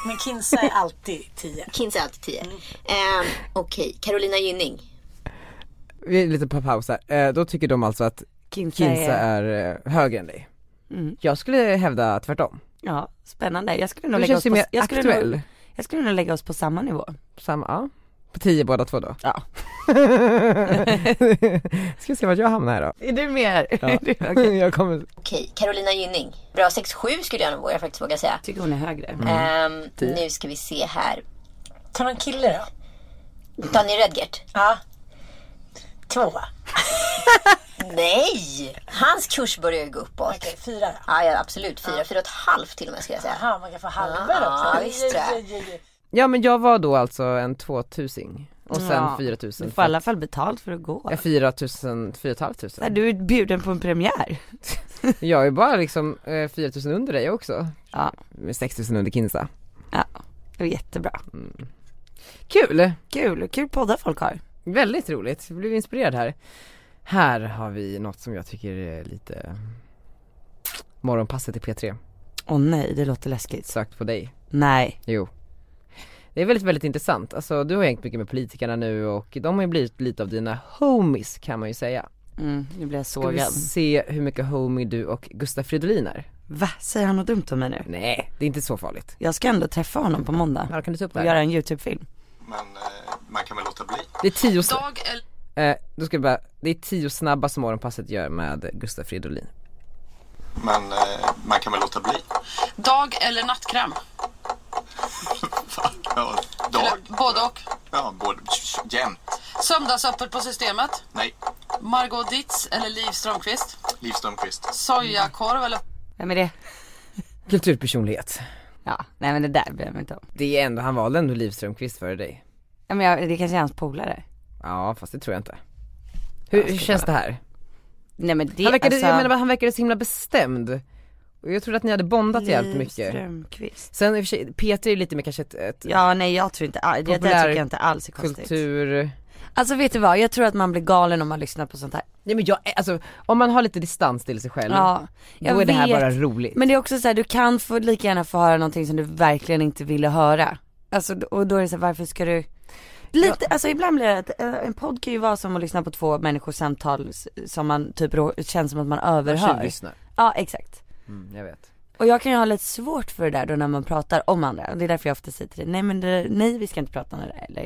Speaker 5: Men Kinsa är alltid 10.
Speaker 9: Kinsa är alltid 10.
Speaker 5: Mm.
Speaker 9: Eh, Okej, Carolina Gynning.
Speaker 1: Vi är lite på paus här. Eh, Då tycker de alltså att
Speaker 2: Kinsa,
Speaker 1: Kinsa
Speaker 2: är...
Speaker 1: är eh, högre än dig.
Speaker 2: Mm.
Speaker 1: Jag skulle hävda tvärtom.
Speaker 2: Ja, spännande. Jag skulle nog
Speaker 1: Du
Speaker 2: lägga oss
Speaker 1: känns ju
Speaker 2: på...
Speaker 1: mer
Speaker 2: Jag skulle, nog...
Speaker 1: aktuell.
Speaker 2: jag skulle nog lägga oss på samma nivå.
Speaker 1: Samma, ja. På 10 båda två då.
Speaker 2: Ja.
Speaker 1: ska vi se vart jag hamnar här då.
Speaker 2: Är du mer? Ja.
Speaker 1: jag kommer
Speaker 9: Okej, Carolina Gynning. Bra 6-7 skulle jag nog våga, faktiskt våga säga.
Speaker 2: Tycker hon är högre.
Speaker 9: Ehm, nu ska vi se här.
Speaker 5: Ta någon kille då.
Speaker 9: Daniel Redgert.
Speaker 5: Ja. Två.
Speaker 9: Nej! Hans kurs börjar ju gå uppåt.
Speaker 5: Okej, fyra då.
Speaker 9: Ja, ja, absolut. Fyra, fyra och ett halvt till och med skulle jag säga.
Speaker 5: Aha, man kan få halva
Speaker 9: Ja,
Speaker 5: också.
Speaker 9: visst tror jag.
Speaker 5: Oj, oj, oj, oj.
Speaker 1: Ja men jag var då alltså en 2000 och sen
Speaker 2: Ja.
Speaker 1: 4000
Speaker 2: Du Alltså, får i alla fall betalt för att gå.
Speaker 1: Ja, 4000, 4500
Speaker 2: Där, Du är bjuden på en premiär.
Speaker 1: Jag är bara liksom eh, 4000 under dig också.
Speaker 2: Ja.
Speaker 1: Med 6000 under Kinsa.
Speaker 2: Ja, det var jättebra.
Speaker 1: Kul!
Speaker 2: Kul, kul poddar folk har.
Speaker 1: Väldigt roligt, jag blev inspirerad här. Här har vi något som jag tycker är lite Morgonpasset i P3,
Speaker 2: Åh nej, det låter läskigt.
Speaker 1: sökt på dig.
Speaker 2: Nej.
Speaker 1: Jo. Det är väldigt, väldigt intressant. Alltså du har hängt mycket med politikerna nu och de har ju blivit lite av dina homies kan man ju säga.
Speaker 2: Mm, nu blir jag
Speaker 1: Ska vi
Speaker 2: sågad.
Speaker 1: se hur mycket homie du och Gustaf Fridolin är?
Speaker 2: Va? Säger han något dumt om mig nu?
Speaker 1: Nej, det är inte så farligt.
Speaker 2: Jag ska ändå träffa honom på måndag
Speaker 1: Här kan du ta upp det
Speaker 2: och
Speaker 1: här.
Speaker 2: göra en YouTube-film.
Speaker 7: Men eh, man kan väl låta bli.
Speaker 1: Det är tio snabba. Eh, då ska vi bara, det är tio snabba som morgonpasset gör med Gustaf Fridolin.
Speaker 7: Men eh, man kan väl låta bli.
Speaker 10: Dag eller nattkräm?
Speaker 7: Ja, dag.
Speaker 10: Både och.
Speaker 7: Ja, både. Jämt.
Speaker 10: Söndagsöppet på systemet.
Speaker 7: Nej.
Speaker 10: Margot Ditz eller Liv Strömquist.
Speaker 7: Liv Strömquist.
Speaker 10: Sojakorv eller
Speaker 2: Vem är det?
Speaker 1: Kulturpersonlighet.
Speaker 2: Ja, nej men det där bryr jag mig inte om.
Speaker 1: Det är ändå, han valde ändå Liv Strömquist före dig.
Speaker 2: Ja, men jag, det kanske är hans polare.
Speaker 1: Ja fast det tror jag inte. Hur, hur känns det här?
Speaker 2: Nej men det,
Speaker 1: Han verkade,
Speaker 2: alltså,
Speaker 1: jag menar, bara, han verkade så himla bestämd. Och jag trodde att ni hade bondat jävligt mycket.
Speaker 2: Strömqvist.
Speaker 1: Sen i och för sig, Peter är ju lite mer kanske ett, ett
Speaker 2: Ja nej jag tror inte alls, det där
Speaker 1: Populär
Speaker 2: tycker jag inte alls är konstigt.
Speaker 1: kultur...
Speaker 2: Alltså vet du vad, jag tror att man blir galen om man lyssnar på sånt här.
Speaker 1: Nej men jag, alltså om man har lite distans till sig själv,
Speaker 2: Ja,
Speaker 1: då
Speaker 2: jag
Speaker 1: är det här
Speaker 2: vet.
Speaker 1: bara roligt.
Speaker 2: Men det är också så här, du kan få, lika gärna få höra någonting som du verkligen inte ville höra. Alltså och då är det så här, varför ska du Lite, alltså ibland blir det att eh, en podd kan ju vara som att lyssna på två människors samtal s- som man typ rå- känns som att man överhör.
Speaker 1: Tjuvlyssnar.
Speaker 2: Ja exakt.
Speaker 1: Mm, jag vet.
Speaker 2: Och jag kan ju ha lite svårt för det där då när man pratar om andra. Och det är därför jag ofta säger till dig, nej men det, nej vi ska inte prata om det där. Eller,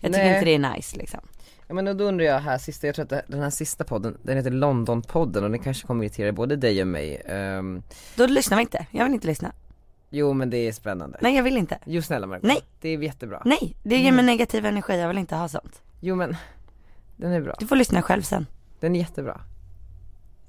Speaker 2: jag tycker
Speaker 1: Nej.
Speaker 2: inte det är nice liksom.
Speaker 1: Ja men då undrar jag här sista, jag tror att det- den här sista podden, den heter Londonpodden och den kanske kommer irritera både dig och mig. Ehm,
Speaker 2: Då lyssnar vi inte, jag vill inte lyssna.
Speaker 1: jo men det är spännande.
Speaker 2: Nej jag vill inte.
Speaker 1: Jo snälla Margot.
Speaker 2: Nej.
Speaker 1: Det är jättebra.
Speaker 2: Nej, det ger mig negativ energi, jag vill inte ha sånt.
Speaker 1: Jo men, den är bra.
Speaker 2: Du får lyssna själv sen.
Speaker 1: Den är jättebra.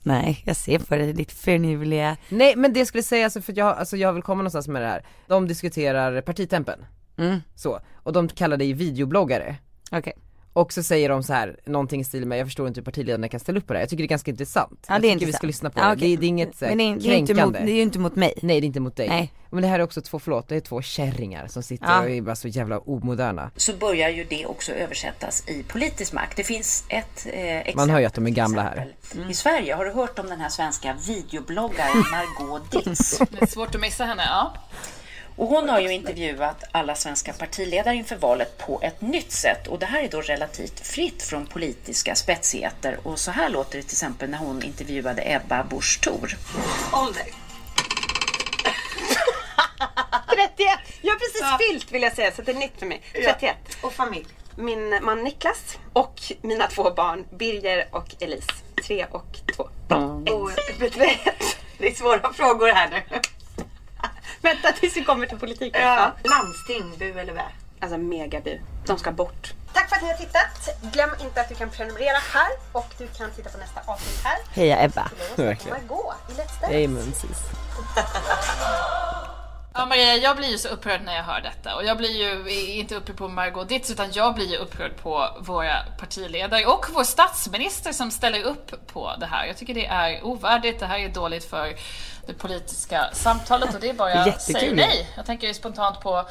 Speaker 2: Nej, jag ser på dig, ditt finurliga.
Speaker 1: Nej men det jag skulle säga, alltså, för att jag, alltså, jag vill komma någonstans med det här. De diskuterar partitempen.
Speaker 2: Mm.
Speaker 1: Så, och de kallar dig videobloggare.
Speaker 2: Okej.
Speaker 1: Och så säger de så här, någonting i stil med, jag förstår inte hur partiledarna kan ställa upp på det här. Jag tycker det är ganska intressant.
Speaker 2: Ja,
Speaker 1: jag
Speaker 2: det är
Speaker 1: tycker vi
Speaker 2: intressant.
Speaker 1: ska lyssna på
Speaker 2: Ja,
Speaker 1: det.
Speaker 2: okej.
Speaker 1: det. Det är inget så här,
Speaker 2: Men det är- det är ju inte
Speaker 1: kränkande.
Speaker 2: mot- det är ju inte mot mig.
Speaker 1: Nej det är inte mot dig.
Speaker 2: Nej.
Speaker 1: Men det här är också två, förlåt, det är två kärringar som sitter
Speaker 11: Ja.
Speaker 1: och är bara så jävla omoderna.
Speaker 11: så börjar ju det också översättas i politisk makt. Det finns ett eh, exempel.
Speaker 1: Man hör ju att de är gamla här.
Speaker 11: I Sverige, har du hört om den här svenska videobloggaren Margot Ditz?
Speaker 10: Det är svårt att missa henne, ja.
Speaker 11: Och hon har ju intervjuat alla svenska partiledare inför valet på ett nytt sätt och det här är då relativt fritt från politiska spetsigheter och så här låter det till exempel när hon intervjuade Ebba Busch Thor.
Speaker 12: Ålder. 31. Jag har precis fyllt vill jag säga så det är nytt för mig. 31. Och familj? Min man Niklas och mina två barn Birger och Elise. Tre och två. Och vet du vad? Det är svåra frågor här nu. Vänta tills vi kommer till politiken.
Speaker 13: Ja.
Speaker 12: Landsting, bu eller bä? Alltså megabu. De ska bort.
Speaker 13: Tack för att ni har tittat. Glöm inte att du kan prenumerera här och du kan titta på nästa avsnitt här.
Speaker 2: Heja Ebba.
Speaker 1: Verkligen.
Speaker 13: Margot i Let's Dance.
Speaker 1: Amen sis.
Speaker 10: Ja, Maria, jag blir ju så upprörd när jag hör detta. Och jag blir ju inte upprörd på Margot Ditz, utan jag blir ju upprörd på våra partiledare och vår statsminister som ställer upp på det här. Jag tycker det är ovärdigt, det här är dåligt för det politiska samtalet och det är bara jag
Speaker 1: Jättekul.
Speaker 10: säger nej. Jag tänker ju spontant på,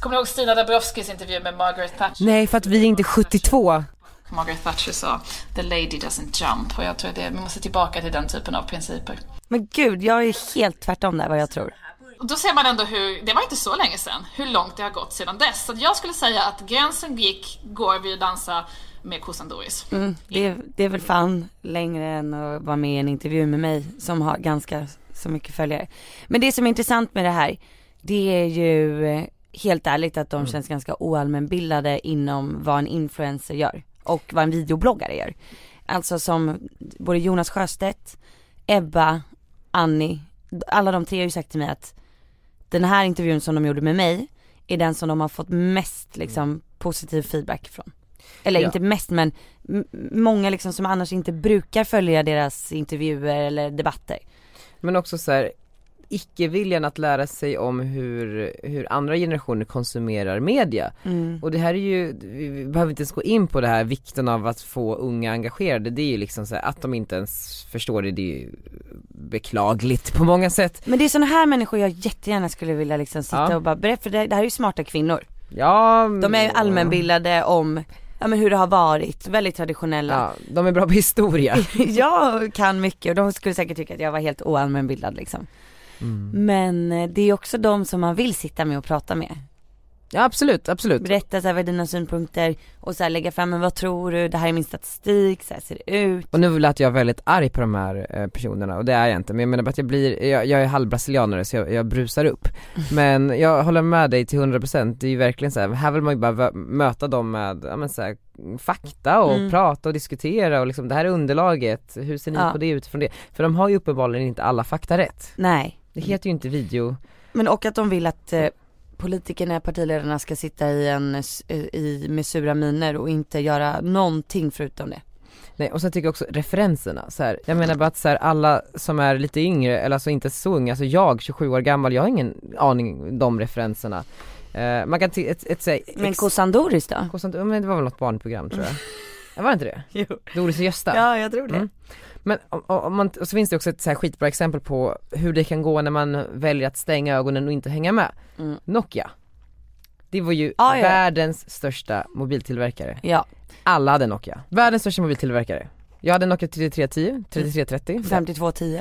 Speaker 10: kommer du ihåg Stina Dabrowskis intervju med Margaret Thatcher?
Speaker 1: Nej för att vi är inte 72.
Speaker 10: Margaret Thatcher sa “The lady doesn't jump” och jag tror att det, vi måste tillbaka till den typen av principer.
Speaker 2: Men gud, jag är helt tvärtom där vad jag tror.
Speaker 10: Och då ser man ändå hur, det var inte så länge sedan, hur långt det har gått sedan dess. Så att jag skulle säga att gränsen gick, går vi att dansa med kossan Doris.
Speaker 2: Mm, det, är, det är väl fan längre än att vara med i en intervju med mig som har ganska så mycket följare. Men det som är intressant med det här, det är ju eh, helt ärligt att de
Speaker 9: Mm.
Speaker 2: känns ganska oallmänbildade inom vad en influencer gör och vad en videobloggare gör. Alltså som både Jonas Sjöstedt, Ebba, Annie, alla de tre har ju sagt till mig att den här intervjun som de gjorde med mig är den som de har fått mest liksom positiv feedback från. Eller
Speaker 9: Ja.
Speaker 2: inte mest men m- många liksom som annars inte brukar följa deras intervjuer eller debatter.
Speaker 1: Men också så här icke-viljan att lära sig om hur, hur andra generationer konsumerar media.
Speaker 2: Mm.
Speaker 1: Och det här är ju, vi vi behöver inte ens gå in på det här vikten av att få unga engagerade, det är ju liksom så här, att de inte ens förstår det, det är ju beklagligt på många sätt.
Speaker 2: Men det är sådana här människor jag jättegärna skulle vilja liksom sitta
Speaker 1: Ja.
Speaker 2: och bara berätta, för det, det här är ju smarta kvinnor.
Speaker 1: Ja,
Speaker 2: De är ju allmänbildade om ja, men hur det har varit, väldigt traditionella.
Speaker 1: Ja, de är bra på historia.
Speaker 2: jag kan mycket och de skulle säkert tycka att jag var helt oallmänbildad liksom. Men eh, det är också de som man vill sitta med och prata med.
Speaker 1: Ja absolut, absolut.
Speaker 2: Berätta så här, vad är dina synpunkter och så här, lägga fram, men vad tror du, det här är min statistik, så här ser det ut.
Speaker 1: Och nu lät jag väldigt arg på de här eh, personerna och det är jag inte men jag menar bara att jag blir, jag, jag är halvbrasilianare så jag, jag brusar upp. Men jag håller med dig till 100% det är ju verkligen så här, här vill man ju bara vä- möta dem med, ja men så här, fakta och
Speaker 4: Mm.
Speaker 1: prata och diskutera och liksom det här är underlaget, hur ser ni
Speaker 2: Ja.
Speaker 1: på det utifrån det? För de har ju uppenbarligen inte alla fakta rätt.
Speaker 2: Nej.
Speaker 1: Det heter ju inte video,
Speaker 2: Men och att de vill att eh, politikerna, partiledarna ska sitta i en, eh, s- eh, i, med sura miner och inte göra någonting förutom det.
Speaker 1: Nej och sen tycker jag också referenserna så här. jag menar bara att så här, alla som är lite yngre, eller alltså inte så unga, alltså jag 27 år gammal, jag har ingen aning om de referenserna Eh, man kan till, ett, ett, säga
Speaker 2: Men Kossan Doris då?
Speaker 1: Kossan, ja, men det var väl något barnprogram tror jag? Ja, Var det inte det?
Speaker 2: Jo.
Speaker 1: Doris och Gösta?
Speaker 2: Ja, Mm. jag tror det.
Speaker 1: Men om, om om man, och så finns det också ett så här skitbra exempel på hur det kan gå när man väljer att stänga ögonen och inte hänga med. Nokia. Det var ju
Speaker 2: Mm. Ah, ja.
Speaker 1: världens största mobiltillverkare.
Speaker 2: Ja.
Speaker 1: Alla hade Nokia. Världens största mobiltillverkare. Jag hade Nokia 3310, 3330.
Speaker 2: 5210.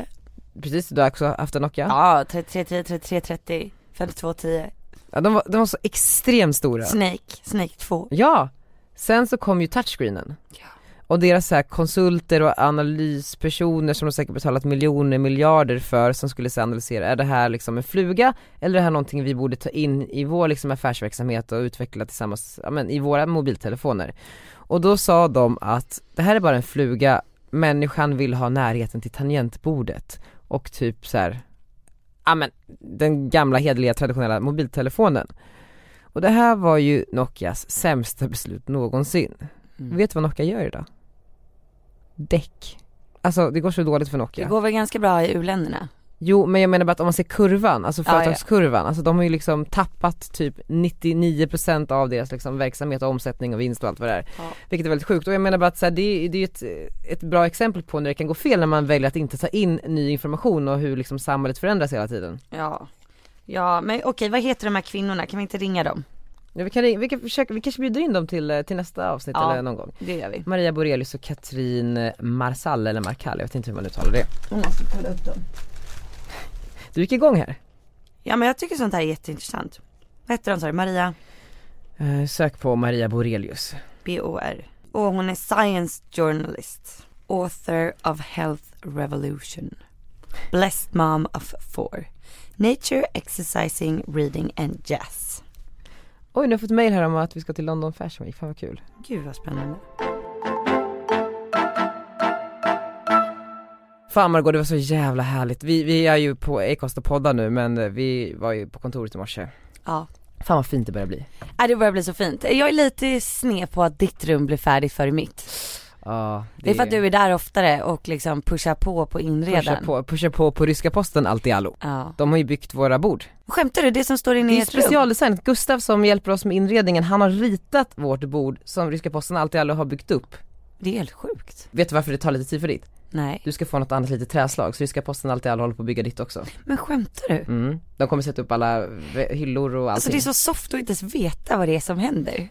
Speaker 1: Precis, du har också haft en Nokia.
Speaker 2: Mm. Ja, 3310, 3330, 5210.
Speaker 1: Ja, de, var, de var så extremt stora.
Speaker 2: Snake, Snake 2.
Speaker 1: Ja, sen så kom ju touchscreenen. Och deras så här konsulter och analyspersoner som de säkert betalat miljoner, miljarder för som skulle så här analysera, är det här liksom en fluga eller är det här någonting vi borde ta in i vår liksom affärsverksamhet och utveckla tillsammans, ja, men, i våra mobiltelefoner. Och då sa de att det här är bara en fluga, människan vill ha närheten till tangentbordet och typ så här, ja men den gamla hederliga traditionella mobiltelefonen. Och det här var ju Nokias sämsta beslut någonsin. Vet du vad Nokia gör idag? Däck. Alltså det går så dåligt för
Speaker 2: Det
Speaker 1: Nokia.
Speaker 2: går väl ganska bra i u-länderna?
Speaker 1: Jo men jag menar bara att om man ser kurvan, alltså
Speaker 4: Ja, ja.
Speaker 1: företagskurvan, alltså de har ju liksom tappat typ 99% av deras liksom verksamhet och omsättning och vinst och allt vad det är.
Speaker 4: Ja.
Speaker 1: Vilket är väldigt sjukt och jag menar bara att så här, det är ju det är ju ett, ett bra exempel på när det kan gå fel när man väljer att inte ta in ny information och hur liksom samhället förändras hela tiden.
Speaker 2: Ja. Ja men okej vad heter de här kvinnorna, kan vi inte ringa dem?
Speaker 1: Ja, vi, kan, ring- vi, kan försöka, vi kanske bjuder in dem till, eh, till nästa avsnitt
Speaker 2: Ja,
Speaker 1: eller någon gång.
Speaker 2: det gör vi.
Speaker 1: Maria Borelius och Katrin Marsall eller Markall, jag vet inte hur man uttalar det.
Speaker 2: Jag måste kolla upp dem.
Speaker 1: Du gick igång här.
Speaker 2: Ja men jag tycker sånt här är jätteintressant. Vad heter hon sa du? Maria
Speaker 1: Eh, Sök på Maria Borelius.
Speaker 2: B.O.R. Och hon är science journalist. Author of Health Revolution. Blessed mom of four. Nature, exercising, reading and jazz.
Speaker 1: Oj, nu har jag fått mail här om att vi ska till London Fashion Week, fan vad kul.
Speaker 2: Gud vad spännande.
Speaker 1: Fan Margot, det var så jävla härligt. Vi, vi är ju på Acast och poddar nu men eh, vi var ju på kontoret i morse.
Speaker 2: Ja.
Speaker 1: Fan vad fint det börjar bli.
Speaker 2: Äh, det börjar bli så fint. Jag är lite sned på att ditt rum blir färdigt före mitt.
Speaker 1: Ja,
Speaker 2: Det är för att du är där oftare och liksom pushar på på inredan.
Speaker 1: Pusha på, pusha på på ryska posten allt i allo. De har ju byggt våra bord.
Speaker 2: Skämtar du? Det som står inne
Speaker 1: Det
Speaker 2: i
Speaker 1: är
Speaker 2: ert rum?
Speaker 1: specialdesignat. Gustav som hjälper oss med inredningen, han har ritat vårt bord som ryska posten allt i allo har byggt upp.
Speaker 2: Det är helt sjukt.
Speaker 1: Vet du varför det tar lite tid för ditt?
Speaker 2: Nej.
Speaker 1: Du ska få något annat litet träslag så ryska posten allt i allo håller på att bygga ditt också.
Speaker 2: Men skämtar du?
Speaker 1: Mm. De kommer sätta upp alla v- hyllor och allting.
Speaker 2: Alltså det är så soft att inte ens veta vad det är som händer.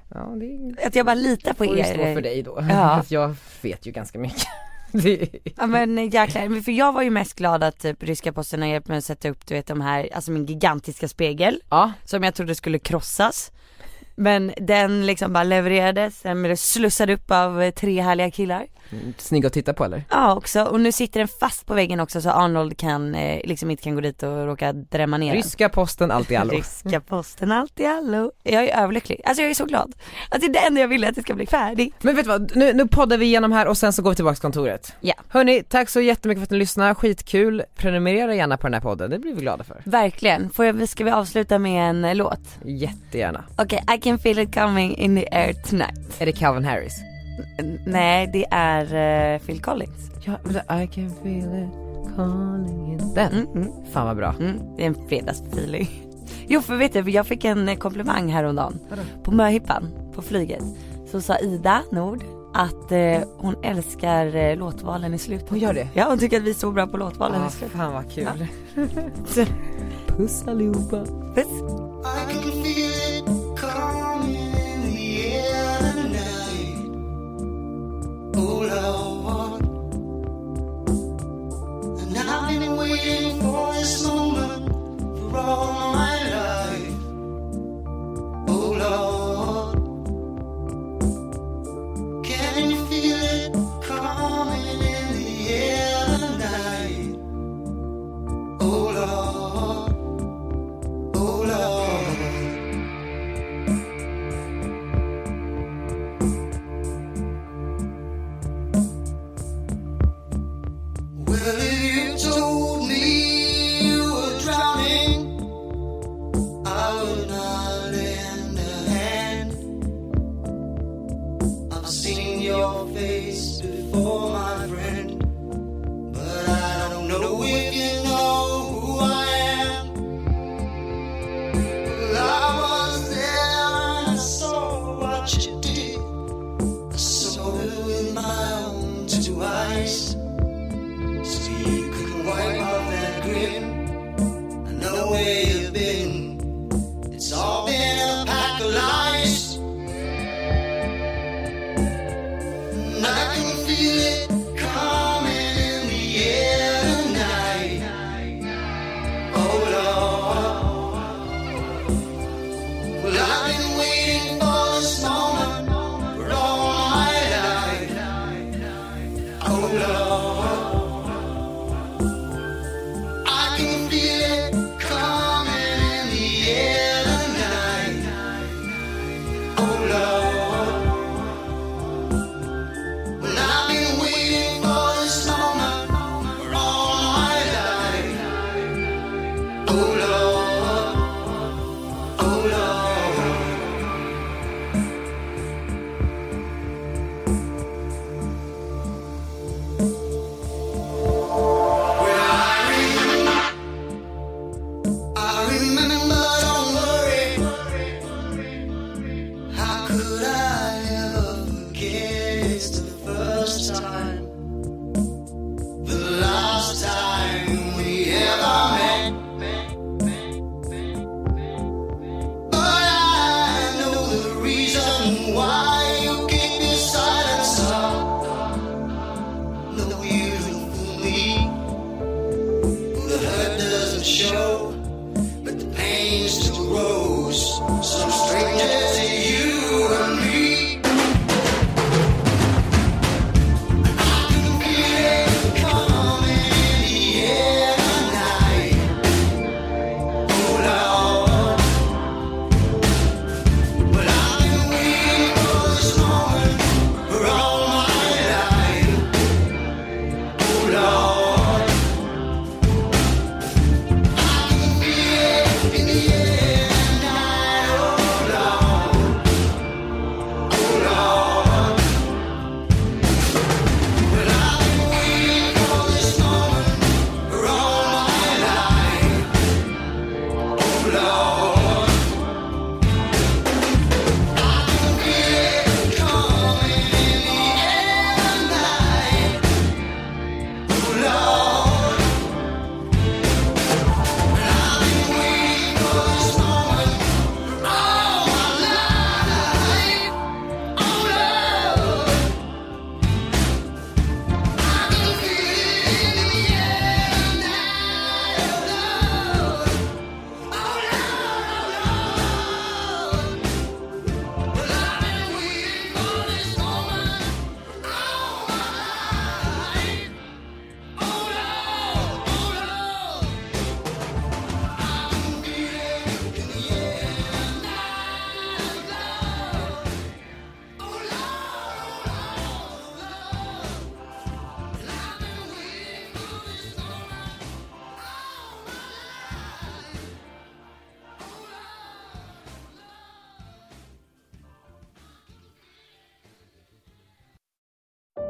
Speaker 2: Att jag bara litar på
Speaker 1: får ju
Speaker 2: er.
Speaker 1: stå för dig då.
Speaker 2: Ja.
Speaker 1: jag vet ju ganska mycket. Det-
Speaker 2: Ja men eh, jäklar, för jag var ju mest glad att typ ryska posten har hjälpt mig att sätta upp du vet de här, alltså min gigantiska spegel. Som jag trodde skulle krossas. Men den liksom bara levererades, den blev slussad upp av eh, tre härliga killar.
Speaker 1: Snygg att titta på eller?
Speaker 2: Ja också, och nu sitter den fast på väggen också så Arnold kan, eh, liksom inte kan gå dit och råka drämma ner den.
Speaker 1: Ryska posten allt i allo.
Speaker 2: Ryska posten allt i allo. Jag är överlycklig, alltså jag är så glad. Alltså det är det enda jag ville att det ska bli färdigt.
Speaker 1: Men vet du vad, nu, nu poddar vi igenom här och sen så går vi tillbaka till kontoret.
Speaker 2: Ja.
Speaker 1: Hörni, tack så jättemycket för att ni lyssnade, skitkul. Prenumerera gärna på den här podden, det blir vi glada för.
Speaker 2: Verkligen, Får jag, ska vi avsluta med en eh, låt?
Speaker 1: Jättegärna.
Speaker 2: Okej, I can feel it coming in the air tonight.
Speaker 1: Är det Calvin Harris?
Speaker 2: nej, det är eh, Phil Collins.
Speaker 1: Ja, I can feel it calling in. Den?
Speaker 2: Mm,
Speaker 1: Mm. Fan vad bra.
Speaker 2: det är en fredagsfeeling. Jo, för vet du, jag fick en eh, komplimang häromdagen. På möhippan, på flyget. Så sa Ida Nord att eh, hon älskar eh, låtvalen i slutet. Hon
Speaker 1: gör det?
Speaker 2: Ja, hon tycker att vi är så bra på låtvalen
Speaker 1: Ah,
Speaker 2: i slutet.
Speaker 1: fan vad kul.
Speaker 2: Ja.
Speaker 1: Puss allihopa.
Speaker 2: Puss.
Speaker 14: I can feel it coming in the air tonight. All I want, and I've been waiting for this moment for all my life. All I want, can you feel it coming in the air tonight? All I want, all I want. could I ever forget? It's the first time, the last time we ever met. But I know the reason why you keep your silence up. No use for me. The hurt doesn't show, but the pain's still grows. So stranger to you and me. I can feel it coming in the air tonight. Oh Lord. But I've been waiting for this moment for all my life. Oh Lord.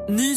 Speaker 1: Ny